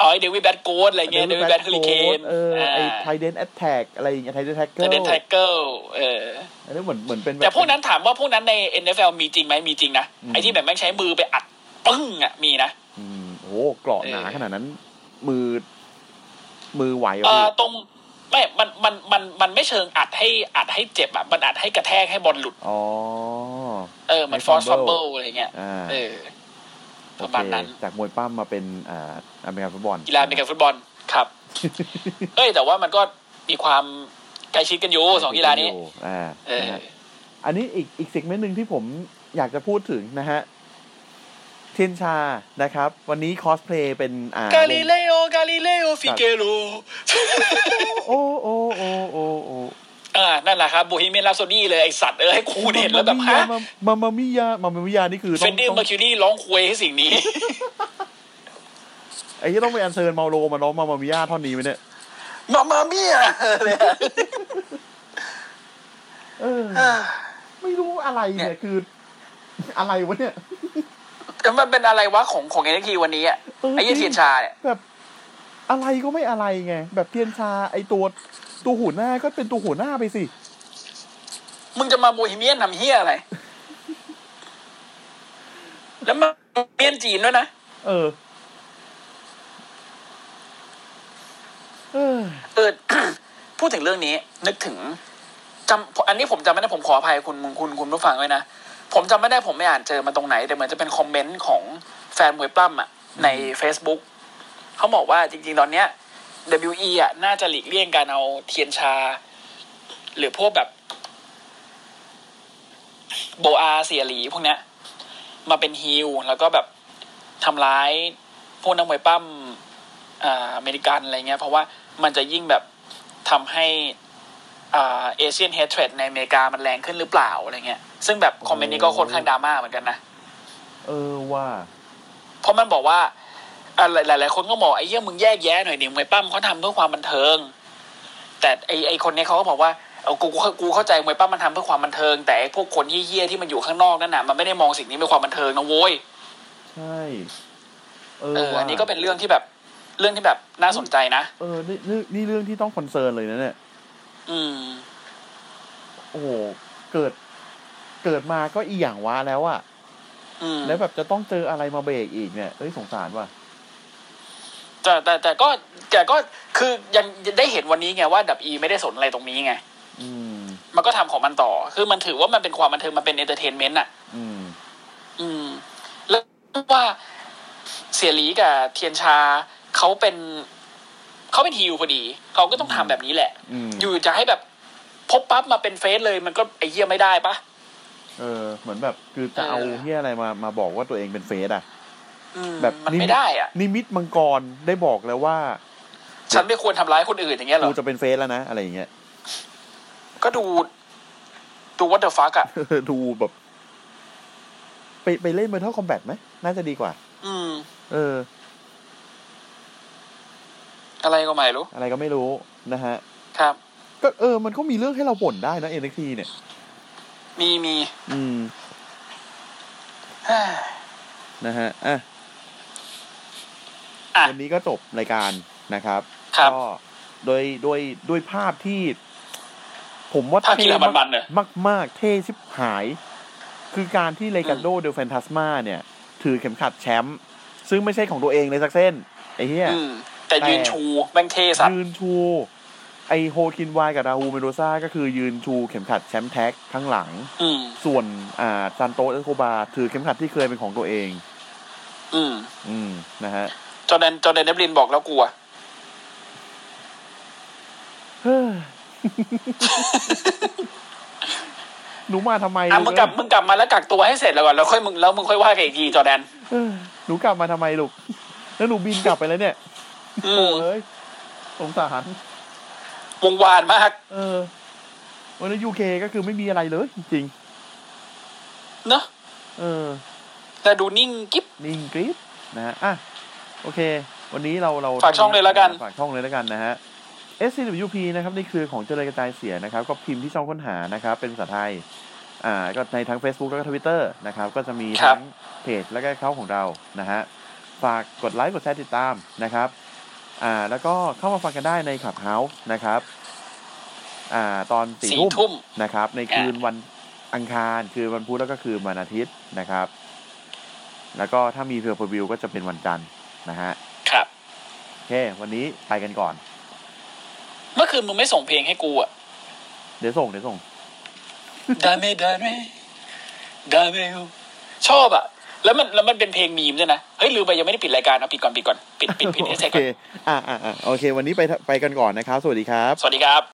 C: อ๋อไอเดวิดแบทโกดอะไรเงี้ยเดวิดแบทเฮลิเคน
B: เออไอไทเดนแอตแทกอะไรอย่างเงี้ยไทเดนแท็กเกิล
C: เดนไทเกิลเออ
B: อันนี้เหมือนเหมือนเป็นบบ
C: แต่พวกนั้นถามว่าพวกนั้นใน NFL มีจริงไหมมีจริงนะ
B: อืม
C: ไอที่แบบแม่งใช้มือไปอัดปึ้งอ่ะมีนะ
B: อืมโอ้โหเกราะหนา
C: เออ
B: ขนาดนั้น มือ มือไหวเหร
C: เอ
B: อ
C: อ
B: พี่
C: ตรงไม่มันมันมันมันไม่เชิงอัดให้อัดให้เจ็บอ่ะมันอัดให้กระแทกให้บอลหลุด
B: อ๋อ
C: เออเหมือน
B: ให้
C: ฟอร์สฟัมเบิล
B: fumble
C: อะไรเงี้ย
B: อ่า
C: เออ ป
B: โอ
C: ระ
B: เค
C: มาณนั้น
B: จากมวยปั้มมาเป็นอ่าอเมริกันฟุตบอล
C: กีฬาเป็นการฟุตบอลครับ เอ้ยแต่ว่ามันก็มีความใกล้ชิดกันอยู่สองกีฬานี้
B: อ่า
C: เออ
B: นะฮะอันนี้อีกอีกสิ่งเมนหนึ่งที่ผมอยากจะพูดถึงนะฮะ เทียนชานะครับ วันนี้คอสเพลย์เป็นอ่า
C: กาลิเลโอกาลิเลโอฟิเกโร
B: โอ้โอ้โอ้โอ้โอ้
C: อ่านั่นแหละครับบูฮีเมียนลาโซดี้เลยไอสัตว์เออให้คูเห็นแล้วแบบฮะ
B: มามามิยามามามิยานี่คือ
C: เฟ
B: ต้อน ง
C: ดี้
B: ต้อง
C: เมอร์คิวรี่ร้องควยให้สิ่ง นี้
B: ไอ้ที่ต้องไปอัญเชิญเมาโลมาร้องมามามิยาท่อนนี้ไหมเนี่ย
C: มามาเมียเนี่ย
B: เออ ไม่รู้อะไรเนี่ยคือ อะไรวะเนี่ย
C: แต่มันเป็นอะไรวะของของเอ็นทีวันนี้อะ
B: เออ
C: ไอ้เหี้ยเทียนชาเนี่ย
B: แบบอะไรก็ไม่อะไรไง แบบเทียนชาไอตัวตัวหัวหน้าก็เป็นตัวหัวหน้าไปสิ
C: มึงจะมาบูฮีเมียนทำเฮียอะไร แล้วมาบูฮีเมียนจีนด้วยนะ
B: เออ เออ
C: เอ อ พูดถึงเรื่องนี้ นึกถึงจำอันนี้ผมจำไม่ได้ผมขออภัยคุณคุณคุณผู้ฟังด้วยนะ ผมจำไม่ได้ผมไม่อ่านเจอมาตรงไหน แต่เหมือนจะเป็นคอมเมนต์ของแฟนมวยปล้ำอะใน Facebook เขาบอกว่าจริงๆ ตอนเนี้ย WE อะน่าจะหลีกเลี่ยงการเอาเทียนชา หรือพวกแบบ โบอาเสียหลีพวกเนี้ย มาเป็นฮิลแล้วก็แบบทำร้ายพวกนักมวยปล้ำ อ่าอเมริกันอะไรเงี้ยเพราะว่ามันจะยิ่งแบบทำให้อ่าเอเชียนเฮดเทรดในอเมริกามันแรงขึ้นหรือเปล่าอะไรเงี้ยซึ่งแบบคอมเมนต์นี้ก็ค่อนข้างดราม่าเหมือนกันนะ
B: เออว่า
C: เพราะมันบอกว่าอ่ะหลายหลายๆคนก็บอกไอ้เหี้ยมึงแยกแยะหน่อยดิมวยปั้มเขาทำเพื่อความบันเทิง แต่ไอ้ไอ้คนเนี้ยเขาก็บอกว่าเอากูกูกูเข้าใจมวยปั้มมันทำเพื่อความบันเทิง แต่ไอ้พวกคนเหี้ยๆที่มันอยู่ข้างนอกนั่นน่ะมันไม่ได้มองสิ่งนี้เป็นความบันเทิงนะโว้ย
B: ใช่ เออ
C: เออ
B: ว่ะ
C: อันนี้ก็เป็นเรื่องที่แบบเรื่องที่แบบน่าสนใจนะ
B: เออนี่นี่นี่เรื่องที่ต้องคอนเซิร์นเลยนะเนี่ย
C: อืม
B: โอ้โห เกิด เกิดมาก็อีหยังว้าแล้วอะ
C: อืม
B: แล้วแบบจะต้องเจออะไรมาเบรกอีกเนี่ย เอ้ยสงสารว่ะ
C: แต่แต่แต่ก็แต่ก็คือยังได้เห็นวันนี้ไงว่าดับอีไม่ได้สนอะไรตรงนี้ไง
B: อืม
C: มันก็ทำของมันต่อ คือมันถือว่ามันเป็นความบันเทิงมันเป็นเอนเตอร์เทนเมนต์อ่ะ
B: อืม
C: อืม แล้วว่าเสียหลีกับเทียนชาเขาเป็นเขาเป็นฮิวพอดี เขาก็ต้องทำแบบนี้แหละ
B: อืม
C: อยู่จะให้แบบพบปั๊บมาเป็นเฟสเลยมันก็ไอเยี่ยไม่ได้ปะ
B: เออ เหมือนแบบคือจะเอา
C: เออ
B: เฮียอะไรมามาบอกว่าตัวเองเป็นเฟสอะ
C: อืม
B: แบบ
C: มัน
B: นิ
C: ไม่
B: ต
C: ได้อ่ะ
B: นิมิตมังกรได้บอกแล้วว่า
C: ฉันไม่ควรทำร้ายคนอื่นอย่างเงี้ยเหร
B: กู
C: อ
B: จะเป็นเฟสแล้วนะ อะไรอย่างเงี้ ย
C: ก็ดูดูวัตเดอร์ฟักอ่ะ
B: ดูแบบ ไปไปเล่นเมทัลคอมแบทไหมน่าจะดีกว่า
C: อืม
B: เออ
C: อะไรก็ไม่รู้
B: อะไรก็ไม่รู้นะฮะ
C: ครับ
B: ก็เออ มันก็มีเรื่องให้เราบ่นได้นะเอ็นทีเนี่ย
C: มีมี
B: อืม นะฮะ อ่ะ
C: อ่ะ
B: วันนี้ก็จบรายการนะครับ
C: ครับ
B: ก็โดยโดยโดยภาพที่ ผมว่า
C: ภาพกีฬา
B: เท่
C: มันๆเนี่ย
B: มากมาก ๆ เท่ชิบหาย คือการที่เลกันโดเดลแฟนทัสมาเนี่ย ถือเข็มขัดแชมป์ซึ่งไม่ใช่ของตัวเองเลยสักเส้น ไอ้เหี้ย
C: อืม แต่ยืนชูแม่งเท่สัตว์
B: ยืนชู ไอโฮคินวายกับราฮูเมโดซ่าก็คือยืนชูเข็มขัดแชมป์แท็กข้างหลัง
C: อืม
B: ส่วนอ่าซานโตสเอสโคบาร์ถือเข็มขัดที่เคยเป็นของตัวเอง
C: อืม
B: อืมนะฮะ
C: จอร์แดนจอร์แดนเนบลินบอกแล้วกลัว
B: เฮ้ยหนูมาทำไม
C: อ่ะมึงกลับมึงกลับมาแล้วกักตัวให้เสร็จแล้วก่อนแล้วค่อยมึงแล้วมึงค่อยว่ากันอีกทีจอร์แดน
B: เอ้ยหนูกลับมาทำไมลูก แล้วหนูบินกลับไปแล้วเนี่ย
C: อืม
B: เอ้ยสงสาร
C: วงวานมาก
B: เออ วันนี้ยูเคก็คือไม่มีอะไรเลยจริง
C: เนอะ
B: ๆเออ
C: แต่ดูนิ่งกิ๊บ
B: นิ่งกริปนะฮะ อ่ะ โอเค วันนี้เราเรา
C: ฝากช่องเลยแล้วกัน
B: ฝากช่องเลยแล้วกันนะฮะ SCWP นะครับในเครือของเจริญกระจายเสียงนะครับ ก็พิมพ์ที่ช่องค้นหานะครับ เป็นภาษาไทย อ่า ก็ในทั้ง Facebook แล้วก็ Twitter นะครับ ก็จะมีทั้งเพจแล้วก็เขาของเรานะฮะ ฝากกดไลค์กดแชร์ติดตามนะครับ อ่า แล้วก็เข้ามาฟังกันได้ในขับเฮาส์นะครับ อ่า ตอนสี่
C: สี่
B: ทุ่
C: ทุ่
B: ม
C: ม
B: นะครับ ใน
C: อ่า
B: คืนวันอังคาร คืนวันพุธแล้วก็คืนวันอาทิตย์นะครับ แล้วก็ถ้ามีเพื่อพวิวก็จะเป็นวันจันทร์นะฮะ
C: ครับ
B: โอเค วันนี้ไปกันก่อน
C: เมื่อคืนมึงไม่ส่งเพลงให้กูอะ
B: เดี๋ยวส่งเดี๋ยวส่ง
C: ดาเมดาเมดาเมลชอบอะแล้วมันแล้วมันเป็นเพลงมีมด้วยนะเฮ้ยลืมไปยังไม่ได้ปิดรายการเอาปิดก่อนปิดก่อนปิดปิดปิด
B: โอ
C: ให้เสร็จ
B: เค
C: ก่อน
B: อ่าอ่าอ่าโอเค วันนี้ไปไปกันก่อนนะครับ สวัสดีครับ
C: สวัสดีครับ